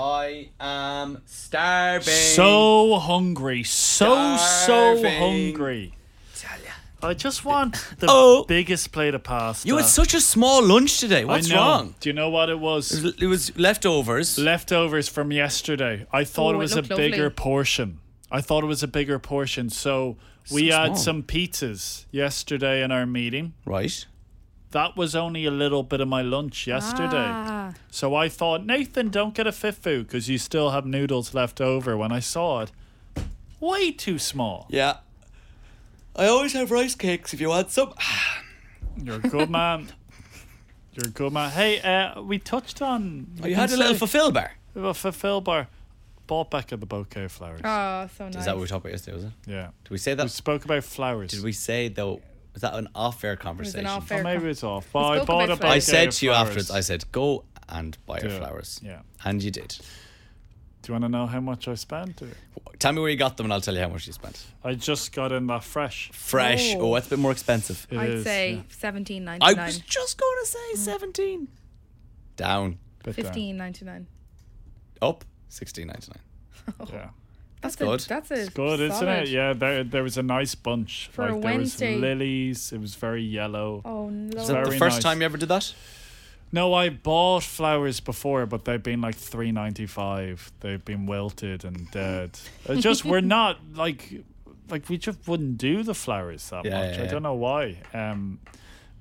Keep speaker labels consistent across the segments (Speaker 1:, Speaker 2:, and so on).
Speaker 1: I am starving.
Speaker 2: So hungry. So, so
Speaker 1: Starving.
Speaker 2: hungry. I just want the
Speaker 1: Oh.
Speaker 2: biggest plate of pasta.
Speaker 1: you had such a small lunch today.
Speaker 2: I
Speaker 1: What's
Speaker 2: know.
Speaker 1: wrong?
Speaker 2: Do you know what it
Speaker 1: It
Speaker 2: was?
Speaker 1: was- It was leftovers.
Speaker 2: Leftovers from yesterday. I thought it
Speaker 3: Oh, it
Speaker 2: was a
Speaker 3: looked lovely.
Speaker 2: bigger portion. I thought it was a bigger portion. So we
Speaker 1: So
Speaker 2: had
Speaker 1: small.
Speaker 2: some pizzas yesterday in our meeting.
Speaker 1: right.
Speaker 2: That was only a little bit of my lunch yesterday.
Speaker 3: Ah.
Speaker 2: So I thought, Nathan, don't get a fifu because you still have noodles left over. When I saw it, way too small.
Speaker 1: Yeah. I always have rice cakes if you want some.
Speaker 2: You're a good man. You're a good man. Hey, uh, we touched on.
Speaker 1: Oh, You had a little fulfill bar.
Speaker 2: a fulfill bar. Bought back of the bouquet of flowers.
Speaker 3: Oh, so nice.
Speaker 1: Is that what we talked about yesterday? Was it?
Speaker 2: yeah.
Speaker 1: Did we say
Speaker 2: We
Speaker 1: that?
Speaker 2: spoke about flowers.
Speaker 1: Did we say though? Was that an off-air conversation?
Speaker 3: off-air-
Speaker 2: Or maybe it's off. But I
Speaker 3: spoke
Speaker 2: bought
Speaker 3: about
Speaker 2: a bouquet
Speaker 3: flowers.
Speaker 1: I
Speaker 2: of
Speaker 1: said to you
Speaker 2: flowers.
Speaker 1: afterwards. I said, "Go and buy your
Speaker 2: Yeah.
Speaker 1: flowers."
Speaker 2: Yeah.
Speaker 1: And you did.
Speaker 2: Do you want to know how much I spent? Or-
Speaker 1: Tell me where you got them, and I'll tell you how much you spent.
Speaker 2: I just got in that fresh.
Speaker 1: Fresh.
Speaker 3: Oh.
Speaker 1: Oh, that's a bit more expensive.
Speaker 2: It
Speaker 3: I'd
Speaker 2: is, yeah.
Speaker 3: say seventeen ninety
Speaker 1: I
Speaker 3: nine.
Speaker 1: was just going to say seventeen. Down,
Speaker 2: Bit down.
Speaker 3: Fifteen ninety nine.
Speaker 1: up, sixteen ninety nine.
Speaker 2: Yeah.
Speaker 3: That's,
Speaker 1: good.
Speaker 3: A, that's a
Speaker 2: It's good, isn't
Speaker 3: solid-
Speaker 2: it? Yeah, there there was a nice bunch.
Speaker 3: For a
Speaker 2: like there
Speaker 3: Wednesday.
Speaker 2: was lilies. It was very yellow.
Speaker 3: Oh no.
Speaker 1: Is that the
Speaker 2: Very
Speaker 1: first
Speaker 2: nice.
Speaker 1: time you ever did that?
Speaker 2: No, I bought flowers before, but they've been like three ninety five. They've been wilted and dead. It just we're not like like we just wouldn't do the flowers that
Speaker 1: Yeah,
Speaker 2: much.
Speaker 1: yeah,
Speaker 2: I
Speaker 1: yeah.
Speaker 2: don't know why. Um,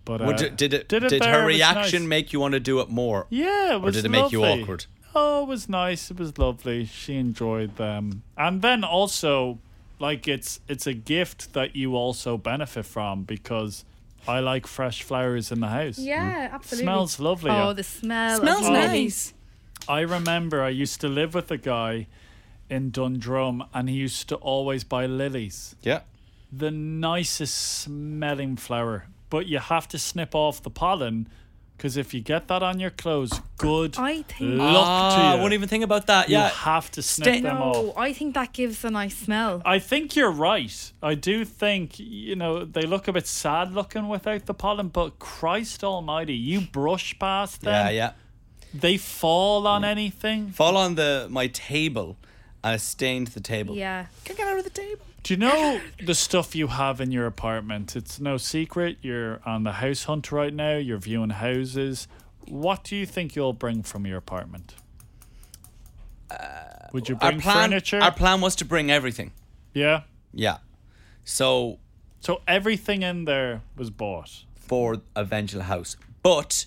Speaker 2: but uh,
Speaker 1: Would you- did it?
Speaker 2: did
Speaker 1: Did,
Speaker 2: it there,
Speaker 1: her
Speaker 2: it was
Speaker 1: reaction
Speaker 2: nice.
Speaker 1: make you want to do it more?
Speaker 2: Yeah, it
Speaker 1: Or
Speaker 2: was
Speaker 1: did it make you
Speaker 2: lovely.
Speaker 1: awkward?
Speaker 2: Oh, it was nice. It was lovely. She enjoyed them, and then also, like it's it's a gift that you also benefit from because I like fresh flowers in the house.
Speaker 3: Yeah, absolutely.
Speaker 2: Mm. smells lovely.
Speaker 3: Oh, the smell. of
Speaker 1: Smells
Speaker 3: lilies.
Speaker 2: I remember I used to live with a guy in Dundrum, and he used to always buy lilies,
Speaker 1: Yeah.
Speaker 2: the nicest smelling flower. But you have to snip off the pollen. Because if you get that on your clothes, good
Speaker 3: I think-
Speaker 2: luck to
Speaker 1: Ah,
Speaker 2: you.
Speaker 1: I wouldn't even think about that.
Speaker 2: You
Speaker 1: Yeah.
Speaker 2: have to snip
Speaker 1: Stay-
Speaker 2: them
Speaker 3: No,
Speaker 2: off.
Speaker 3: I think that gives a nice smell.
Speaker 2: I think you're right. I do think, you know, they look a bit sad looking without the pollen, but Christ almighty, you brush past them.
Speaker 1: yeah, Mm. yeah.
Speaker 2: They fall on anything.
Speaker 1: Fall on the my table, and I stained the table.
Speaker 3: Yeah.
Speaker 1: Can I get out of the table?
Speaker 2: Do you know the stuff you have in your apartment? It's no secret. You're on the house hunt right now, you're viewing houses. What do you think you'll bring from your apartment? Would you
Speaker 1: Uh, Our
Speaker 2: bring
Speaker 1: plan.
Speaker 2: furniture?
Speaker 1: Our plan was to bring everything.
Speaker 2: yeah.
Speaker 1: Yeah. So
Speaker 2: So everything in there was bought.
Speaker 1: for eventual house, but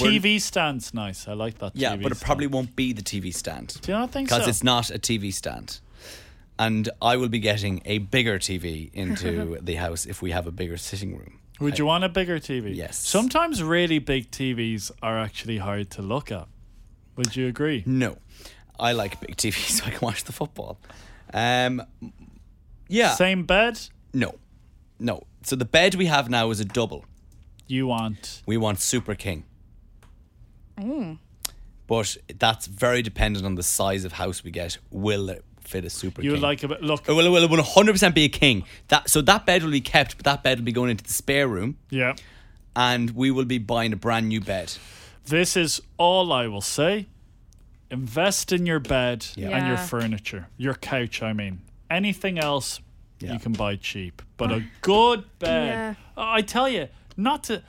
Speaker 1: We're-
Speaker 2: TV stand's nice. I like that.
Speaker 1: yeah,
Speaker 2: TV
Speaker 1: but it
Speaker 2: stand.
Speaker 1: probably won't be the TV stand
Speaker 2: Do you not think so?
Speaker 1: because it's not a TV stand. And I will be getting a bigger TV into the house if we have a bigger sitting room.
Speaker 2: Would you want a bigger TV?
Speaker 1: Yes.
Speaker 2: Sometimes really big TVs are actually hard to look at. Would you agree?
Speaker 1: No, I like big TV so I can watch the football. Um, yeah,
Speaker 2: Same bed.
Speaker 1: no, no. So the bed we have now is a double.
Speaker 2: You want
Speaker 1: We want Super King. But that's very dependent on the size of house we get. Will it fit a Super
Speaker 2: you
Speaker 1: King?
Speaker 2: would like a bit. Look.
Speaker 1: It will, it will 100% be a king. That So that bed will be kept, but that bed will be going into the spare room,
Speaker 2: Yeah.
Speaker 1: and we will be buying a brand new bed.
Speaker 2: This is all I will say. Invest in your bed and your
Speaker 3: Yeah.
Speaker 2: furniture, your couch. I mean, anything else
Speaker 1: Yeah.
Speaker 2: you can buy cheap, but a good bed. I tell you, not to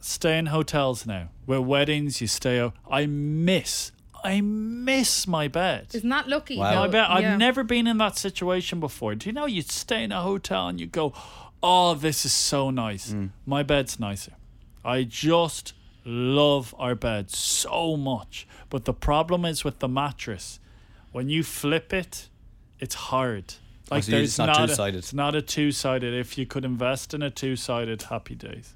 Speaker 2: stay in hotels now. Where weddings, you stay. o- I miss. I miss my bed.
Speaker 3: It's not lucky.
Speaker 1: Wow.
Speaker 3: though.
Speaker 2: I bet
Speaker 3: Oh, Yeah.
Speaker 2: I've never been in that situation before. Do you know you stay in a hotel and you go, "Oh, this is so nice.
Speaker 1: Mm.
Speaker 2: My bed's nicer." I just love our bed so much, but the problem is with the mattress. When you flip it, it's hard. Like
Speaker 1: Oh, so you-
Speaker 2: there's
Speaker 1: it's not
Speaker 2: a-
Speaker 1: two-sided.
Speaker 2: it's not a two-sided. If you could invest in a two-sided, happy days.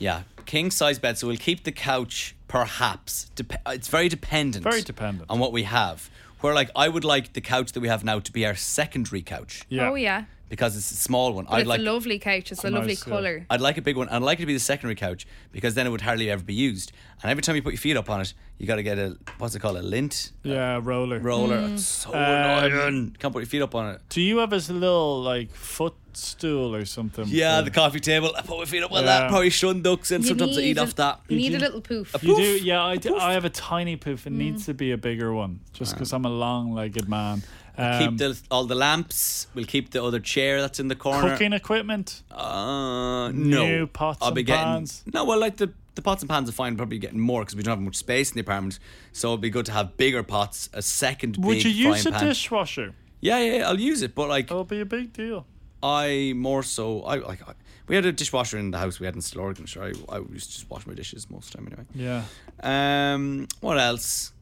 Speaker 1: Yeah, king size bed. So we'll keep the couch, perhaps. Dep- it's very dependent.
Speaker 2: Very dependent.
Speaker 1: on what we have. Where like I would like the couch that we have now to be our secondary couch
Speaker 2: Yeah.
Speaker 3: Oh yeah.
Speaker 1: because it's a small one.
Speaker 3: But
Speaker 1: I'd
Speaker 3: it's
Speaker 1: like
Speaker 3: a lovely couch. It's a
Speaker 2: Nice,
Speaker 3: lovely
Speaker 2: yeah.
Speaker 3: colour.
Speaker 1: I'd like a big one. I'd like it to be the secondary couch because then it would hardly ever be used. And every time you put your feet up on it, you got to get a what's it called a lint
Speaker 2: Yeah, roller.
Speaker 3: Mm.
Speaker 1: roller. It's so
Speaker 2: Um,
Speaker 1: annoying. Can't put your feet up on it.
Speaker 2: Do you have a little like foot stool or something.
Speaker 1: Yeah,
Speaker 2: for-
Speaker 1: the coffee table. I put my feet up on
Speaker 2: Yeah.
Speaker 1: that. Probably shun ducks in.
Speaker 3: You
Speaker 1: Sometimes I eat
Speaker 3: need
Speaker 1: off
Speaker 3: a-
Speaker 1: that.
Speaker 3: You need
Speaker 2: do.
Speaker 3: a little poof.
Speaker 1: A
Speaker 2: You
Speaker 1: poof. Mm.
Speaker 2: do, yeah. I, do- I have a tiny poof. It needs to be a bigger one, just because I'm a long-legged man. Um,
Speaker 1: keep the, all the lamps. We'll keep the other chair that's in the corner.
Speaker 2: cooking equipment.
Speaker 1: Uh, no.
Speaker 2: New pots
Speaker 1: I'll be
Speaker 2: and
Speaker 1: getting,
Speaker 2: pans.
Speaker 1: No, well, like the, the pots and pans are fine. Probably getting more because we don't have much space in the apartment. So it'd be good to have bigger pots, a second
Speaker 2: Would
Speaker 1: big
Speaker 2: you use a Oh.
Speaker 1: frying pan.
Speaker 2: dishwasher?
Speaker 1: Yeah, yeah, yeah, I'll use it. But like,
Speaker 2: That would be a big deal.
Speaker 1: I more so, I like, I, we had a dishwasher in the house we had in Slorgan. Sure, I, I used to just wash my dishes most of the time anyway.
Speaker 2: Yeah.
Speaker 1: Um, what else?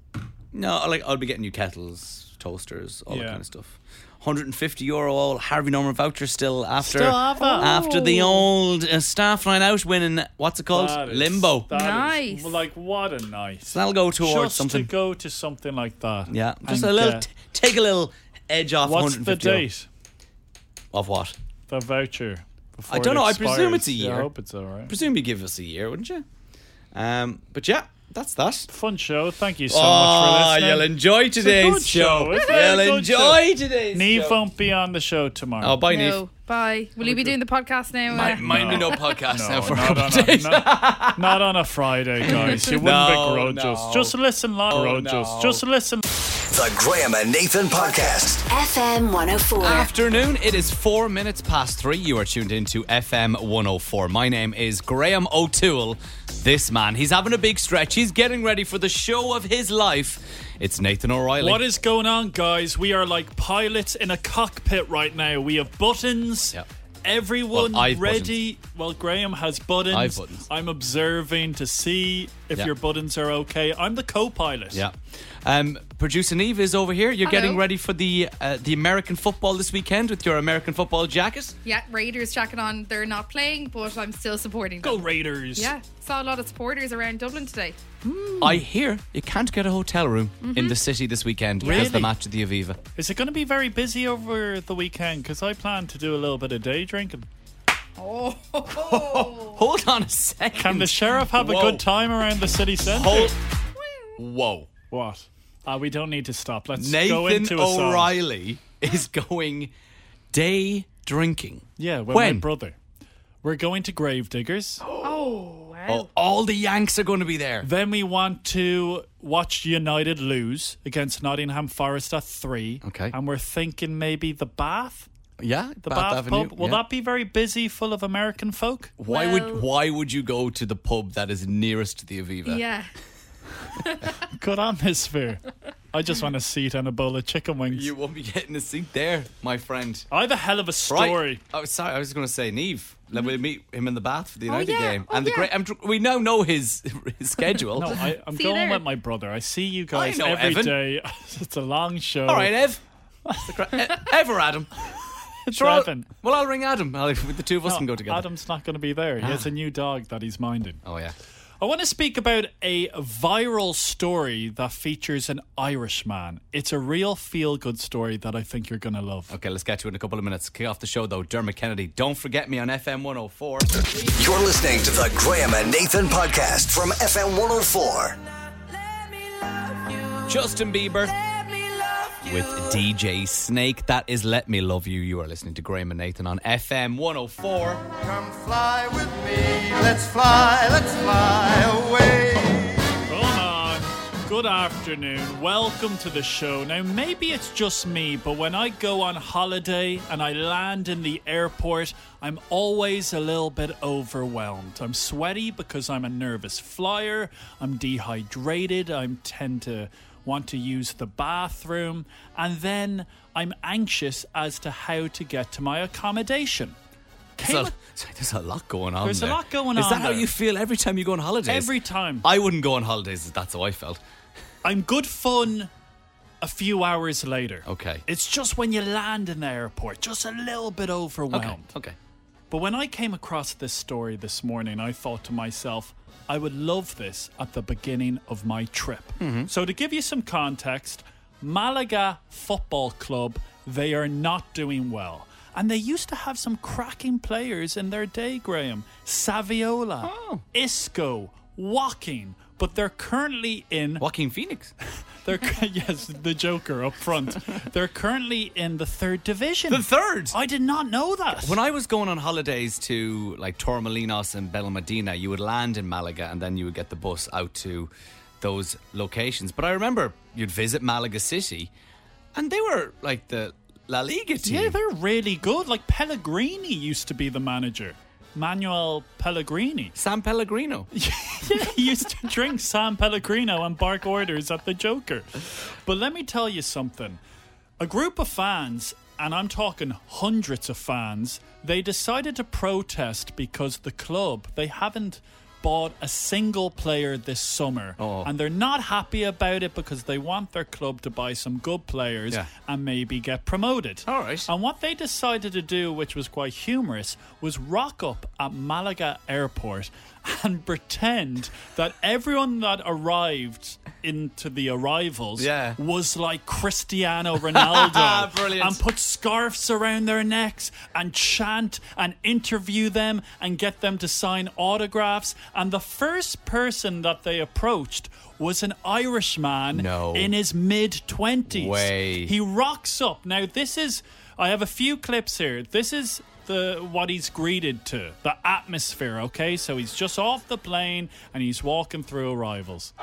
Speaker 1: No, I like I'll be getting new kettles, toasters, all that
Speaker 2: Yeah.
Speaker 1: kind of stuff. 150 euro all Harvey Norman voucher still after
Speaker 2: Still have that.
Speaker 3: Oh,
Speaker 1: after the old uh, staff line out winning what's it called
Speaker 2: That is-
Speaker 1: limbo.
Speaker 2: that is-
Speaker 3: Nice.
Speaker 2: well, like what a nice.
Speaker 1: so that'll go towards
Speaker 2: Just
Speaker 1: something.
Speaker 2: to go to something like that.
Speaker 1: yeah, just a
Speaker 2: and
Speaker 1: little
Speaker 2: get-
Speaker 1: t- take a little edge off
Speaker 2: what's the
Speaker 1: 150 euro.
Speaker 2: date?
Speaker 1: of what?
Speaker 2: The voucher. before
Speaker 1: I don't
Speaker 2: it
Speaker 1: know, I presume
Speaker 2: expires.
Speaker 1: it's a
Speaker 2: Yeah, I
Speaker 1: year.
Speaker 2: hope it's all right.
Speaker 1: Presume you give us a year, wouldn't you? Um, but yeah, that's that.
Speaker 2: Fun show. Thank you so
Speaker 1: Ah,
Speaker 2: much for
Speaker 1: you'll
Speaker 2: listening.
Speaker 1: enjoy today's
Speaker 2: good show,
Speaker 1: show.
Speaker 2: isn't it? A
Speaker 1: You'll
Speaker 2: good
Speaker 1: enjoy today's
Speaker 2: Neve
Speaker 1: show.
Speaker 2: won't be on the show tomorrow.
Speaker 1: Oh, bye, Neve.
Speaker 3: No. Bye. Will you be doing the podcast now? uh,
Speaker 1: Mind, mind me no podcast
Speaker 2: Eh. No,
Speaker 1: now for a
Speaker 2: not,
Speaker 1: couple
Speaker 2: on
Speaker 1: of
Speaker 2: a,
Speaker 1: days.
Speaker 2: not, not on a Friday, guys. You wouldn't
Speaker 1: No,
Speaker 2: be begrudge
Speaker 1: no.
Speaker 2: us. Just listen live.
Speaker 1: Oh,
Speaker 2: Begrudge us.
Speaker 1: no.
Speaker 2: Just listen.
Speaker 4: The Graham and Nathan Podcast.
Speaker 5: FM 104.
Speaker 1: Afternoon, it is four minutes past three. You are tuned into FM 104. My name is Graham O'Toole. This man, he's having a big stretch. He's getting ready for the show of his life. It's Nathan O'Reilly.
Speaker 2: What is going on, guys? We are like pilots in a cockpit right now. We have buttons.
Speaker 1: Yep.
Speaker 2: Everyone
Speaker 1: Well, I've
Speaker 2: ready. Well, Graham has buttons.
Speaker 1: I've buttons.
Speaker 2: I'm observing to see if
Speaker 1: Yeah.
Speaker 2: your buttons are okay. I'm the co-pilot.
Speaker 1: Yeah. Um, Producer Neve is over here. You're
Speaker 3: Hello.
Speaker 1: getting ready for the uh, the American football this weekend with your American football jacket.
Speaker 3: yeah, Raiders jacket on. They're not playing, but I'm still supporting them.
Speaker 2: Go Raiders.
Speaker 3: Yeah, saw a lot of supporters around Dublin today.
Speaker 1: I hear you can't get a hotel room in the city this weekend because the
Speaker 2: Really?
Speaker 1: match at the Aviva.
Speaker 2: Is it going to be very busy over the weekend? Because I plan to do a little bit of day drinking.
Speaker 3: Oh,
Speaker 1: Hold on a second.
Speaker 2: Can the sheriff have a
Speaker 1: Whoa.
Speaker 2: good time around the city centre?
Speaker 1: Hold. Whoa.
Speaker 2: What? Ah, we don't need to stop. Let's go
Speaker 1: Nathan
Speaker 2: into a song.
Speaker 1: O'Reilly is going day drinking.
Speaker 2: Yeah, with my
Speaker 1: When?
Speaker 2: brother. We're going to Gravediggers.
Speaker 3: oh, wow.
Speaker 1: Oh, all the Yanks are going to be there.
Speaker 2: Then we want to watch United lose against Nottingham Forest at three.
Speaker 1: Okay.
Speaker 2: And we're thinking maybe the Bath,
Speaker 1: Yeah,
Speaker 2: the Bath, pub. Will that be very busy, full of American folk?
Speaker 1: Why
Speaker 3: Well-
Speaker 1: would Why would you go to the pub that is nearest to the Aviva?
Speaker 3: yeah.
Speaker 2: Good atmosphere. I just want a seat and a bowl of chicken wings.
Speaker 1: You won't be getting a seat there, my friend.
Speaker 2: I have a hell of a
Speaker 1: Right.
Speaker 2: story.
Speaker 1: I was sorry. I was going to say Neve. Let we meet him in the bath for the
Speaker 3: Oh,
Speaker 1: United
Speaker 3: yeah.
Speaker 1: game,
Speaker 3: Oh,
Speaker 1: and the
Speaker 3: yeah.
Speaker 1: great. I'm, dr- we now know his his schedule.
Speaker 2: No, I, I'm
Speaker 3: See you
Speaker 2: going
Speaker 3: there.
Speaker 2: with my brother. I see you guys
Speaker 1: know,
Speaker 2: every
Speaker 1: Evan.
Speaker 2: day. it's a long show.
Speaker 1: All right, Ev. E- Ever Adam.
Speaker 2: it's
Speaker 1: Sure, I'll-
Speaker 2: Evan.
Speaker 1: well, I'll ring Adam. I'll, the two of us
Speaker 2: No,
Speaker 1: can go together.
Speaker 2: Oh,
Speaker 1: Ah.
Speaker 2: Adam's not going to be there. He has a new dog that he's minding.
Speaker 1: Oh yeah.
Speaker 2: I want to speak about a viral story that features an Irishman. It's a real feel good story that I think you're going to love.
Speaker 1: Okay, let's get you in a couple of minutes. Kick off the show though, Dermot Kennedy. Don't forget me on FM 104.
Speaker 4: You're listening to the Graham and Nathan Podcast from FM 104.
Speaker 1: Justin Bieber with DJ Snake. That is Let Me Love You. You are listening to Graham and Nathan on FM 104.
Speaker 6: Come fly with me, let's fly, let's fly away.
Speaker 2: Come on. Good afternoon. Welcome to the show. Now, maybe it's just me, but when I go on holiday and I land in the airport, I'm always a little bit overwhelmed. I'm sweaty because I'm a nervous flyer. I'm dehydrated. I tend to want to use the bathroom. And then I'm anxious as to how to get to my accommodation. Came
Speaker 1: There's
Speaker 2: a-
Speaker 1: a, sorry, there's a lot going on.
Speaker 2: There's a
Speaker 1: there.
Speaker 2: lot going
Speaker 1: Is
Speaker 2: on
Speaker 1: that how
Speaker 2: there.
Speaker 1: you feel every time you go on holidays?
Speaker 2: Every time.
Speaker 1: I wouldn't go on holidays if that's how I felt.
Speaker 2: I'm good fun a few hours later.
Speaker 1: Okay.
Speaker 2: It's just when you land in the airport, just a little bit overwhelmed.
Speaker 1: Okay. Okay.
Speaker 2: But when I came across this story this morning, I thought to myself, I would love this at the beginning of my trip. So, to give you some context, Malaga Football Club, they are not doing well. And they used to have some cracking players in their day, Graham. Saviola, Isco, Walking, but they're currently in
Speaker 1: Joaquin Phoenix.
Speaker 2: They're cu- yes, the Joker up front. They're currently in the third division.
Speaker 1: The third.
Speaker 2: I did not know that.
Speaker 1: When I was going on holidays to like Torremolinos and Belmadina, you would land in Malaga and then you would get the bus out to those locations. But I remember you'd visit Malaga City and they were like the La Liga team.
Speaker 2: yeah, they're really good. Like Pellegrini used to be the manager. Manuel Pellegrini.
Speaker 1: San Pellegrino.
Speaker 2: he used to drink San Pellegrino and bark orders at the Joker. But let me tell you something. A group of fans, and I'm talking hundreds of fans, they decided to protest because the club, they haven't bought a single player this summer.
Speaker 1: Oh.
Speaker 2: And they're not happy about it because they want their club to buy some good players
Speaker 1: Yeah.
Speaker 2: and maybe get promoted.
Speaker 1: All right.
Speaker 2: And what they decided to do, which was quite humorous, was rock up at Malaga Airport and pretend that everyone that arrived into the arrivals
Speaker 1: Yeah.
Speaker 2: was like Cristiano Ronaldo
Speaker 1: Brilliant.
Speaker 2: and put scarves around their necks and chant and interview them and get them to sign autographs and the first person that they approached was an Irishman
Speaker 1: No.
Speaker 2: in his mid 20s
Speaker 1: Way.
Speaker 2: he rocks up. Now this is I have a few clips here. This is the what he's greeted to, the atmosphere, okay? So he's just off the plane and he's walking through arrivals.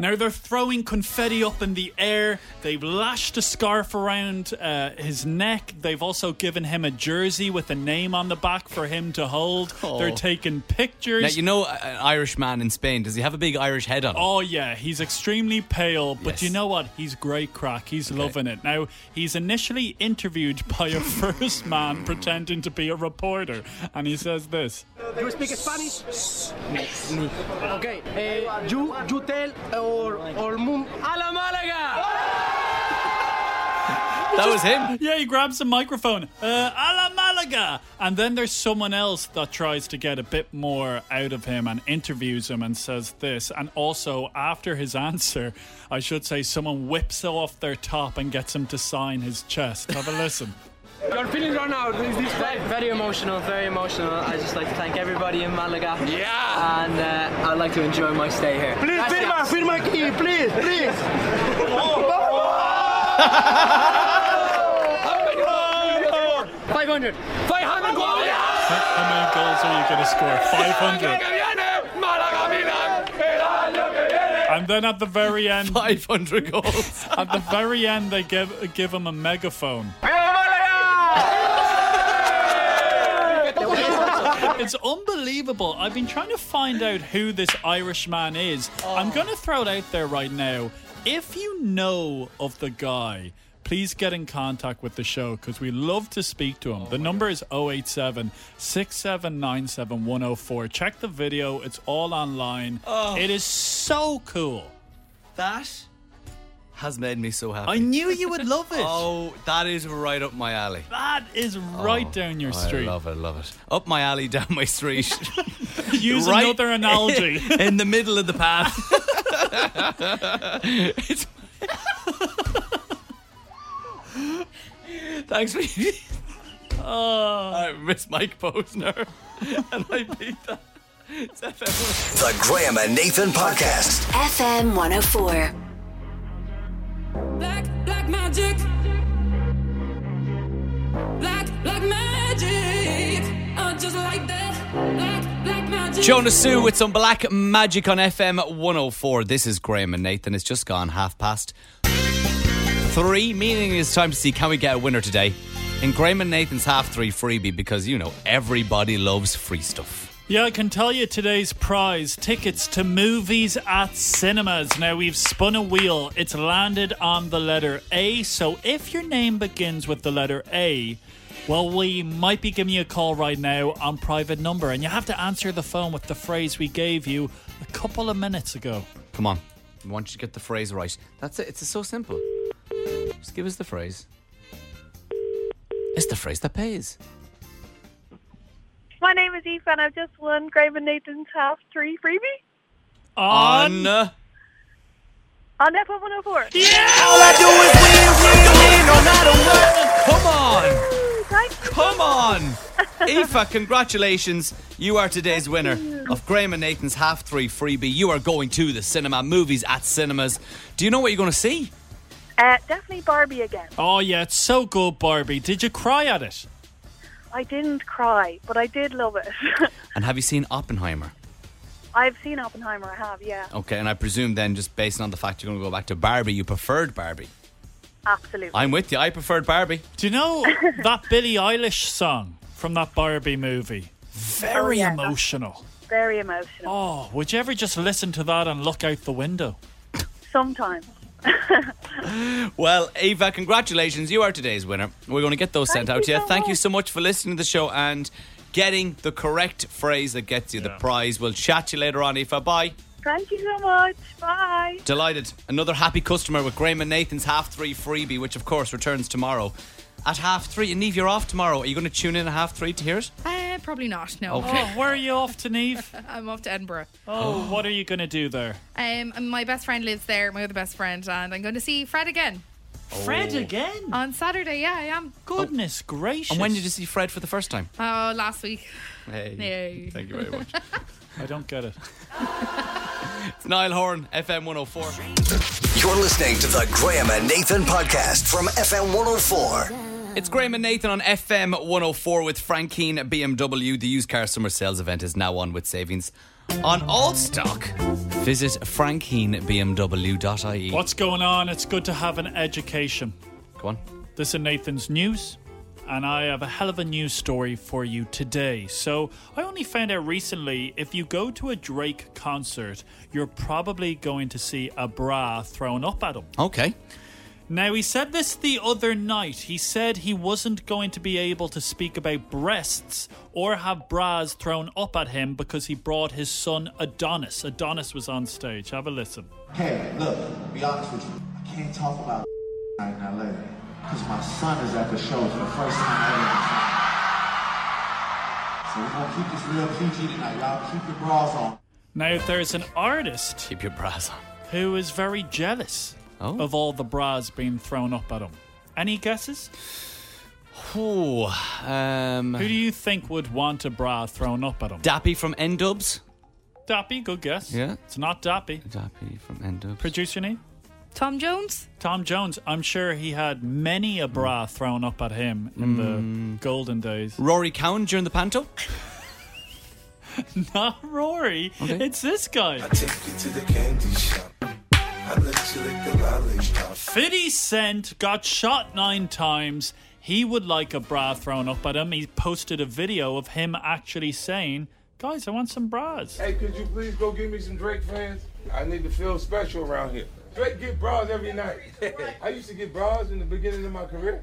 Speaker 2: Now they're throwing confetti up in the air. They've lashed a scarf around uh, his neck. They've also given him a jersey with a name on the back for him to hold. They're taking pictures.
Speaker 1: Oh. Now, you know, a- an Irish man in Spain, does he have a big Irish head on? him?
Speaker 2: Oh yeah, he's extremely pale, but
Speaker 1: Yes.
Speaker 2: you know what? He's great crack. He's loving it. Now he's initially interviewed by a first man pretending to be a reporter, and he says this.
Speaker 5: You speak Spanish? Okay. eh, you you tell or or mum a la Málaga.
Speaker 1: that was him.
Speaker 2: Yeah, he grabs the microphone. Uh, a la Malaga. And then there's someone else that tries to get a bit more out of him and interviews him and says this. And also, after his answer, I should say, someone whips off their top and gets him to sign his chest. Have a listen.
Speaker 5: Your feelings right now is this
Speaker 7: Very, very emotional, very emotional. I just like to thank everybody in Malaga. Yeah. And uh, I'd like to enjoy my stay here.
Speaker 5: Please, firma, firma aquí, please, please. Five hundred.
Speaker 2: How many goals are you going to score? 500. And then at the very end,
Speaker 1: 500 goals.
Speaker 2: at the very end, they give give him a megaphone. It's unbelievable. I've been trying to find out who this Irishman is.
Speaker 1: Oh.
Speaker 2: I'm going to throw it out there right now. If you know of the guy, please get in contact with the show because we love to speak
Speaker 1: Oh
Speaker 2: to him. the number is 087 6797 104. Check the video, it's all online.
Speaker 1: Oh.
Speaker 2: It is so cool.
Speaker 1: that has made me so happy.
Speaker 2: I knew you would love it.
Speaker 1: Oh, that is right up my alley. Oh,
Speaker 2: That is right down your street.
Speaker 1: I love it, love it. Up my alley, down my street.
Speaker 2: Use
Speaker 1: Right
Speaker 2: another analogy.
Speaker 1: in the middle of the path. It's- Thanks for.
Speaker 2: Oh.
Speaker 1: I miss Mike Posner, and I beat that. It's FM.
Speaker 4: The Graham and Nathan Podcast.
Speaker 8: FM 104.
Speaker 9: Black, black magic. Black, black magic. Oh, just like that. Black, black magic.
Speaker 1: Jonah Sue with some black magic on FM 104. This is Graham and Nathan. It's just gone half past three, meaning it's time to see can we get a winner today in Graham and Nathan's half three freebie because you know everybody loves free stuff.
Speaker 2: Yeah, I can tell you today's prize tickets to movies at cinemas. Now, we've spun a wheel, it's landed on the letter A. So, if your name begins with the letter A, well, we might be giving you a call right now on private number, and you have to answer the phone with the phrase we gave you a couple of minutes ago.
Speaker 1: Come on, I want you to get the phrase right. That's it, it's so simple. Just give us the phrase. It's the phrase that pays.
Speaker 10: My name is Eva, and I've just won Graham and Nathan's Half 3 freebie
Speaker 2: On.
Speaker 1: On-
Speaker 10: on oh FM 104.
Speaker 2: Yeah!
Speaker 1: Come on!
Speaker 10: Thank you.
Speaker 1: Come on! Aoife, congratulations. You are today's winner of Graham and Nathan's Half Three freebie. You are going to the cinema, movies at cinemas. Do you know what you're going to see?
Speaker 10: Uh, definitely Barbie again.
Speaker 2: Oh, yeah, it's so good, Barbie. Did you cry at it?
Speaker 10: I didn't cry, but I did love it.
Speaker 1: And have you seen Oppenheimer?
Speaker 10: I've seen Oppenheimer, I have, yeah.
Speaker 1: Okay, and I presume then, just based on the fact you're going to go back to Barbie, you preferred Barbie.
Speaker 10: Absolutely.
Speaker 1: I'm with you. I preferred Barbie.
Speaker 2: Do you know that Billie Eilish song from that Barbie movie? Very emotional.
Speaker 10: Very emotional.
Speaker 2: Oh, would you ever just listen to that and look out the window?
Speaker 10: Sometimes.
Speaker 1: Well, Eva, congratulations. You are today's winner. We're going to get those sent
Speaker 10: Thank
Speaker 1: out
Speaker 10: you
Speaker 1: to you.
Speaker 10: so
Speaker 1: Thank you
Speaker 10: much.
Speaker 1: so much for listening to the show and getting the correct phrase that gets you the prize. We'll chat to you later on, Eva. Bye.
Speaker 10: Thank you so much. Bye.
Speaker 1: Delighted. Another happy customer with Graham and Nathan's half three freebie, which of course returns tomorrow at half three. And Eve, you're off tomorrow. Are you going to tune in at half three to hear it?
Speaker 3: Uh, probably not. No,
Speaker 1: Okay.
Speaker 2: Oh, where are you off to, Neve?
Speaker 3: I'm off to Edinburgh.
Speaker 2: Oh, what are you going to do there?
Speaker 3: Um, and my best friend lives there. My other best friend, and I'm going to see Fred again
Speaker 2: Oh. Fred again?
Speaker 3: on Saturday. Yeah, I am.
Speaker 2: Oh. Goodness gracious.
Speaker 1: And when did you see Fred for the first time?
Speaker 3: Oh, last week.
Speaker 1: Hey.
Speaker 3: Yay.
Speaker 1: Thank you very much.
Speaker 2: I don't get it.
Speaker 1: it's Niall Horn, FM 104.
Speaker 4: You're listening to the Graham and Nathan podcast from FM 104.
Speaker 1: It's Graham and Nathan on FM 104 with Frankine BMW. The used car summer sales event is now on with savings on all stock. Visit frankinebmw.ie.
Speaker 2: What's going on? It's good to have an education.
Speaker 1: E. Go on.
Speaker 2: This is Nathan's news, and I have a hell of a news story for you today. So, I only found out recently if you go to a Drake concert, you're probably going to see a bra thrown up at him.
Speaker 1: Okay.
Speaker 2: Now, he said this the other night. He said he wasn't going to be able to speak about breasts or have bras thrown up at him because he brought his son Adonis. Adonis was on stage. Have a listen.
Speaker 8: Hey, look, be honest with you. I can't talk about in LA because my son is at the show for the first time ever. So we're gonna keep this real PG tonight, y'all. Keep your bras on.
Speaker 2: Now, there's an artist
Speaker 1: Keep your bras on.
Speaker 2: who is very jealous
Speaker 1: Oh.
Speaker 2: of all the bras being thrown up at him. Any guesses?
Speaker 1: Ooh, um,
Speaker 2: Who do you think would want a bra thrown up at him?
Speaker 1: Dappy from N Dubs.
Speaker 2: Dappy, good guess.
Speaker 1: Yeah.
Speaker 2: It's not Dappy.
Speaker 1: Dappy from N Dubs.
Speaker 2: Producer name?
Speaker 3: Tom Jones.
Speaker 2: Tom Jones. I'm sure he had many a bra thrown up at him
Speaker 1: Mm.
Speaker 2: in the golden days.
Speaker 1: Rory Cowan during the panto.
Speaker 2: Not Rory.
Speaker 1: Okay.
Speaker 2: It's this guy.
Speaker 8: Take you to the candy shop. I let you lick the lollipop.
Speaker 2: 50 Cent got shot nine times. He would like a bra thrown up at him. He posted a video of him actually saying, Guys, I want some bras.
Speaker 8: Hey, could you please go give me some Drake fans? I need to feel special around here. Drake get bras every night. I used to get bras in the beginning of my career.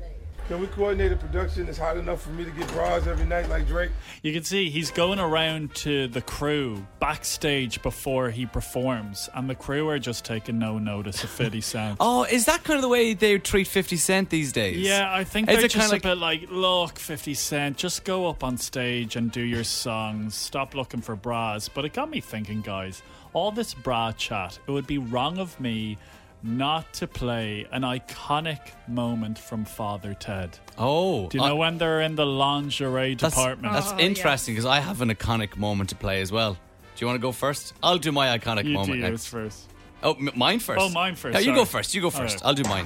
Speaker 8: Can we coordinate a production that's hot enough for me to get bras every night like Drake?
Speaker 2: You can see he's going around to the crew backstage before he performs, and the crew are just taking no notice of 50 Cent.
Speaker 1: Oh, is that kind of the way they treat 50 Cent these days?
Speaker 2: Yeah, I think
Speaker 1: Is
Speaker 2: they're
Speaker 1: it kinda
Speaker 2: just
Speaker 1: like-
Speaker 2: a bit like, look, 50 Cent, just go up on stage and do your songs. Stop looking for bras. But it got me thinking, guys, all this bra chat, it would be wrong of me not to play an iconic moment from Father Ted.
Speaker 1: Oh.
Speaker 2: Do you know when they're in the lingerie
Speaker 1: that's,
Speaker 2: department?
Speaker 1: That's
Speaker 3: Oh,
Speaker 1: interesting because I have an iconic moment to play as well. Do you want to go first? I'll do my iconic
Speaker 2: you do
Speaker 1: moment
Speaker 2: yours
Speaker 1: next.
Speaker 2: first.
Speaker 1: Oh, m- mine first.
Speaker 2: Oh, mine first,
Speaker 1: Yeah, you go
Speaker 2: sorry.
Speaker 1: first. You go
Speaker 2: All
Speaker 1: first.
Speaker 2: right.
Speaker 1: I'll do mine.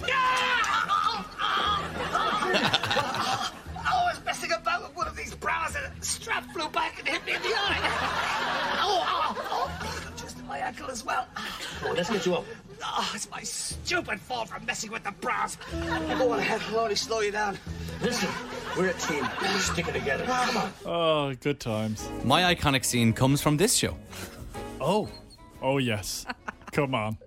Speaker 6: I was messing about with one of these bras and a strap flew back and hit me in the eye. Oh, oh, oh. Just in my ankle as well. Oh, let's get you up. Oh, it's my stupid fault for messing with the bras. Go on ahead, I'll only slow you down. Listen, we're a team. We're sticking together. Come on.
Speaker 2: Oh, good times.
Speaker 1: My iconic scene comes from this show.
Speaker 2: Oh. Oh, yes. Come on.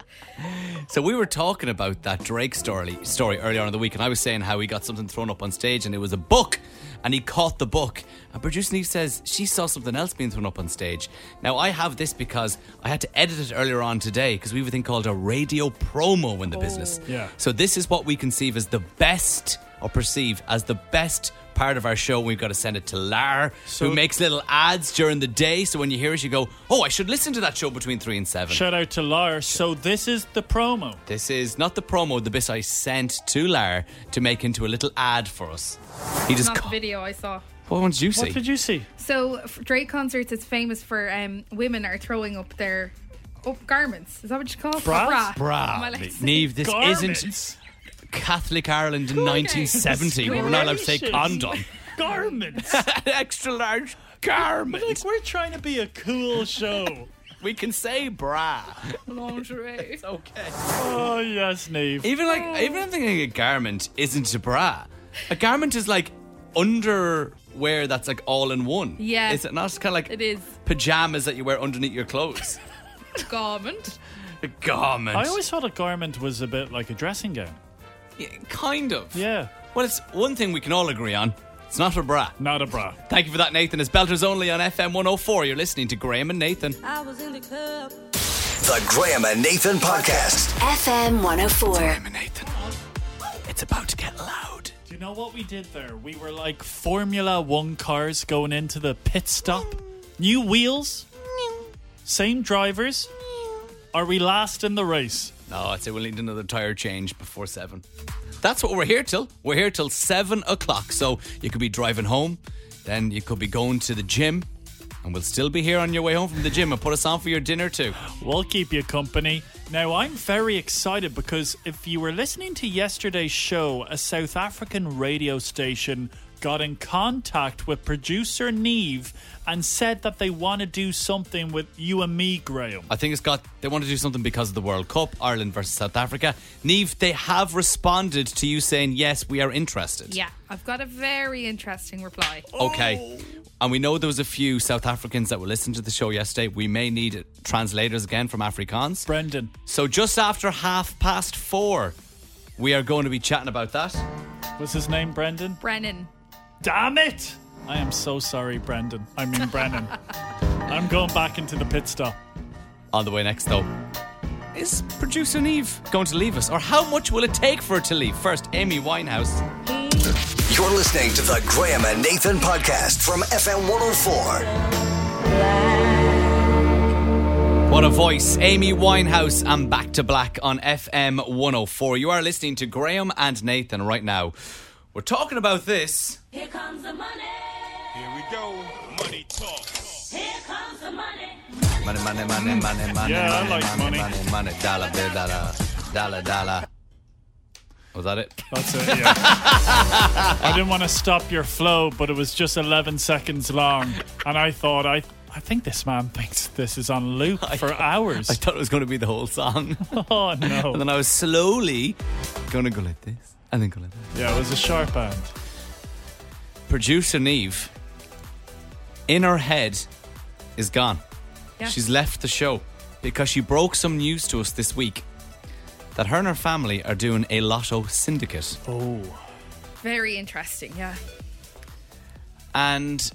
Speaker 1: So we were talking about that Drake story story earlier on in the week, and I was saying how he got something thrown up on stage, and it was a book, and he caught the book. And producer Neve says she saw something else being thrown up on stage. Now I have this because I had to edit it earlier on today because we have a thing called a radio promo in the business.
Speaker 2: Yeah.
Speaker 1: So this is what we conceive as the best, or perceive as the best part of our show. We've got to send it to Lar, who makes little ads during the day. So when you hear it, you go, "Oh, I should listen to that show between three and 7
Speaker 2: Shout out to Lars. So this is the promo.
Speaker 1: This is not the promo, the bit I sent to Lar to make into a little ad for us. He just.
Speaker 3: Not
Speaker 1: Co-
Speaker 3: the video I saw.
Speaker 1: what ones did you see?
Speaker 2: What did you see?
Speaker 3: So f- Drake concerts is famous for um, women are throwing up their up garments. Is that what you call it?
Speaker 2: Bras?
Speaker 3: Bra. Am I allowed
Speaker 1: Bra.
Speaker 3: to say-
Speaker 1: Neve, this
Speaker 2: Garments?
Speaker 1: isn't Catholic Ireland in 1970. We were not allowed to say condom.
Speaker 2: Garments.
Speaker 1: Extra large
Speaker 2: like
Speaker 1: garment.
Speaker 2: we're trying to be a cool show.
Speaker 1: We can say bra.
Speaker 3: Lingerie.
Speaker 1: Okay.
Speaker 2: oh yes, Neve.
Speaker 1: Even like, even thinking a garment isn't a bra. A garment is like underwear that's like all in one.
Speaker 3: Yeah.
Speaker 1: Is it not? It's kind of like
Speaker 3: It is
Speaker 1: pajamas that you wear underneath your clothes.
Speaker 3: garment.
Speaker 1: a garment.
Speaker 2: I always thought a garment was a bit like a dressing gown.
Speaker 1: Yeah, kind of.
Speaker 2: Yeah,
Speaker 1: Well, it's one thing we can all agree on. It's not a bra.
Speaker 2: not a bra.
Speaker 1: Thank you for that, Nathan. It's Belters Only on FM 104. You're listening to Graham and Nathan.
Speaker 9: I was in the club.
Speaker 4: The Graham and Nathan Podcast.
Speaker 11: FM 104.
Speaker 1: and Nathan. It's about to get loud.
Speaker 2: Do you know what we did there? We were like Formula One cars going into the pit stop. New wheels, same drivers. Are we last in the race?
Speaker 1: No, I'd say we'll need another tire change before seven. That's what we're here till. We're here till seven o'clock. So you could be driving home, then you could be going to the gym, and we'll still be here on your way home from the gym and put us on for your dinner too.
Speaker 2: We'll keep you company. Now, I'm very excited because if you were listening to yesterday's show, a South African radio station got in contact with producer Neve and said that they want to do something with you and me, Graham.
Speaker 1: I think it's got. They want to do something because of the World Cup, Ireland versus South Africa. Neve, they have responded to you saying yes, we are interested.
Speaker 3: Yeah, I've got a very interesting reply.
Speaker 1: Okay. And we know there was a few South Africans that were listening to the show yesterday. We may need translators again from Afrikaans.
Speaker 2: Brendan.
Speaker 1: So just after half past four, we are going to be chatting about that.
Speaker 2: Was his name Brendan?
Speaker 3: Brennan.
Speaker 2: Damn it! I am so sorry, Brendan. I mean, Brennan. I'm going back into the pit stop.
Speaker 1: On the way next, though, is producer Neve going to leave us, or how much will it take for her to leave? First, Amy Winehouse.
Speaker 4: You're listening to the Graham and Nathan Podcast from FM 104.
Speaker 1: What a voice, Amy Winehouse and Back to Black on FM 104. You are listening to Graham and Nathan right now. We're talking about this.
Speaker 9: Here comes the money.
Speaker 12: Here we go. Money talk.
Speaker 9: Here comes the money.
Speaker 1: Money, money, money, money, money,
Speaker 2: Yeah, I
Speaker 1: money,
Speaker 2: like
Speaker 1: money,
Speaker 2: money.
Speaker 1: money, money, dollar, bill, dollar, dollar, dollar. Was that it?
Speaker 2: That's it, yeah. I didn't want to stop your flow, but it was just 11 seconds long. And I thought, I, I think this man thinks this is on loop for hours.
Speaker 1: I thought it was going to be the whole song.
Speaker 2: oh,
Speaker 1: and
Speaker 2: no.
Speaker 1: then I was slowly going to go like this and then go like that.
Speaker 2: Yeah, it was a sharp end.
Speaker 1: Producer Neve, in her head, is gone.
Speaker 3: Yeah.
Speaker 1: She's left the show because she broke some news to us this week that her and her family are doing a lotto syndicate.
Speaker 2: Oh.
Speaker 3: Very interesting, yeah.
Speaker 1: and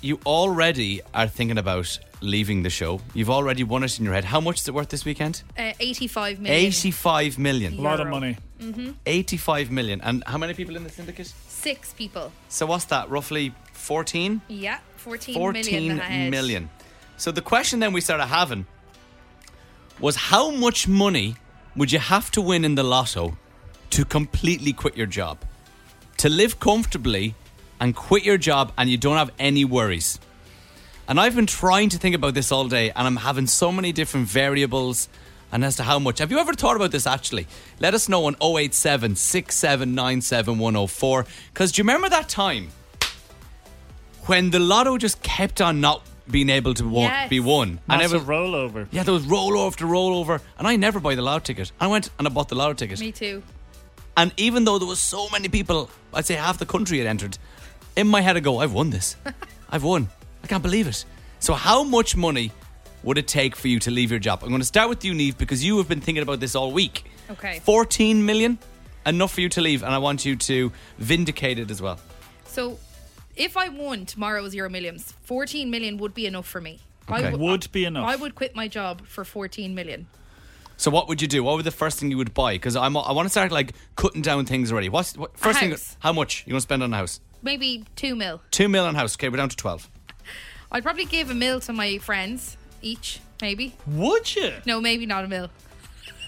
Speaker 1: you already are thinking about leaving the show. You've already won it in your head. How much is it worth this weekend?
Speaker 3: Uh, 85 million.
Speaker 1: 85 million.
Speaker 2: A lot of
Speaker 3: Euro.
Speaker 2: money.
Speaker 1: 85 million. And how many people in the syndicate?
Speaker 3: Six people.
Speaker 1: So what's that? Roughly 14?
Speaker 3: Yeah, 14
Speaker 1: 14
Speaker 3: million. ahead.
Speaker 1: million. So the question then we started having was how much money would you have to win in the lotto to completely quit your job? To live comfortably and quit your job and you don't have any worries. And I've been trying to think about this all day and I'm having so many different variables and as to how much. Have you ever thought about this actually? Let us know on 087 Because oh do you remember that time when the lotto just kept on not being able to wa-
Speaker 3: Yes.
Speaker 1: be won? And
Speaker 2: Massive
Speaker 1: every-
Speaker 2: rollover.
Speaker 1: yeah, there was rollover after rollover, and I never buy the lotto ticket. I went and I bought the lotto ticket,
Speaker 3: Me too.
Speaker 1: and even though there was so many people, I'd say half the country had entered. In my head, I go, "I've won this. I've won. I can't believe it." So, how much money would it take for you to leave your job? I'm going to start with you, Neve, because you have been thinking about this all week.
Speaker 3: Okay.
Speaker 1: Fourteen million, enough for you to leave, and I want you to vindicate it as well.
Speaker 3: So if I won tomorrow's Euro Millions, 14 million would be enough for me.
Speaker 1: Okay.
Speaker 3: I would,
Speaker 2: Would be enough.
Speaker 3: I would quit my job for 14 million.
Speaker 1: So what would you do? What would the first thing you would buy? Because I'm I want to start like cutting down things already. What's what, first thing?
Speaker 3: house.
Speaker 1: How much you want to spend on a house?
Speaker 3: Maybe two mil.
Speaker 1: Two mil on a house. Okay, we're down to twelve.
Speaker 3: I'd probably give a mil to my friends each, maybe.
Speaker 2: Would you?
Speaker 3: No, maybe not a mil.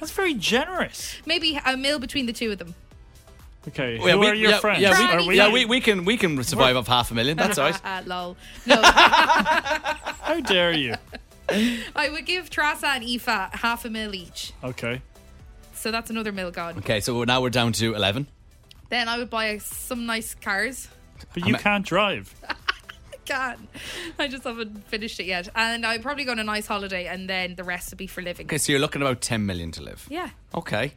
Speaker 2: That's very generous.
Speaker 3: Maybe a mil between the two of them.
Speaker 2: Okay,
Speaker 1: Yeah,
Speaker 2: who
Speaker 1: we-
Speaker 2: are your
Speaker 1: yeah,
Speaker 2: friends?
Speaker 1: Yeah,
Speaker 3: Are
Speaker 1: we,
Speaker 3: we-
Speaker 1: yeah we, we can we can survive off half a million. That's all right.
Speaker 3: Uh, Lol. No,
Speaker 2: How dare you?
Speaker 3: I would give Trasa and Aoife half a mil each.
Speaker 2: Okay.
Speaker 3: So that's another mil gone.
Speaker 1: Okay, so now we're down to eleven.
Speaker 3: Then I would buy some nice cars.
Speaker 2: But you can't drive.
Speaker 3: I can. I just haven't finished it yet. And I'd probably go on a nice holiday and then the rest would be for living.
Speaker 1: Okay, so you're looking about ten million to live.
Speaker 3: Yeah.
Speaker 1: Okay.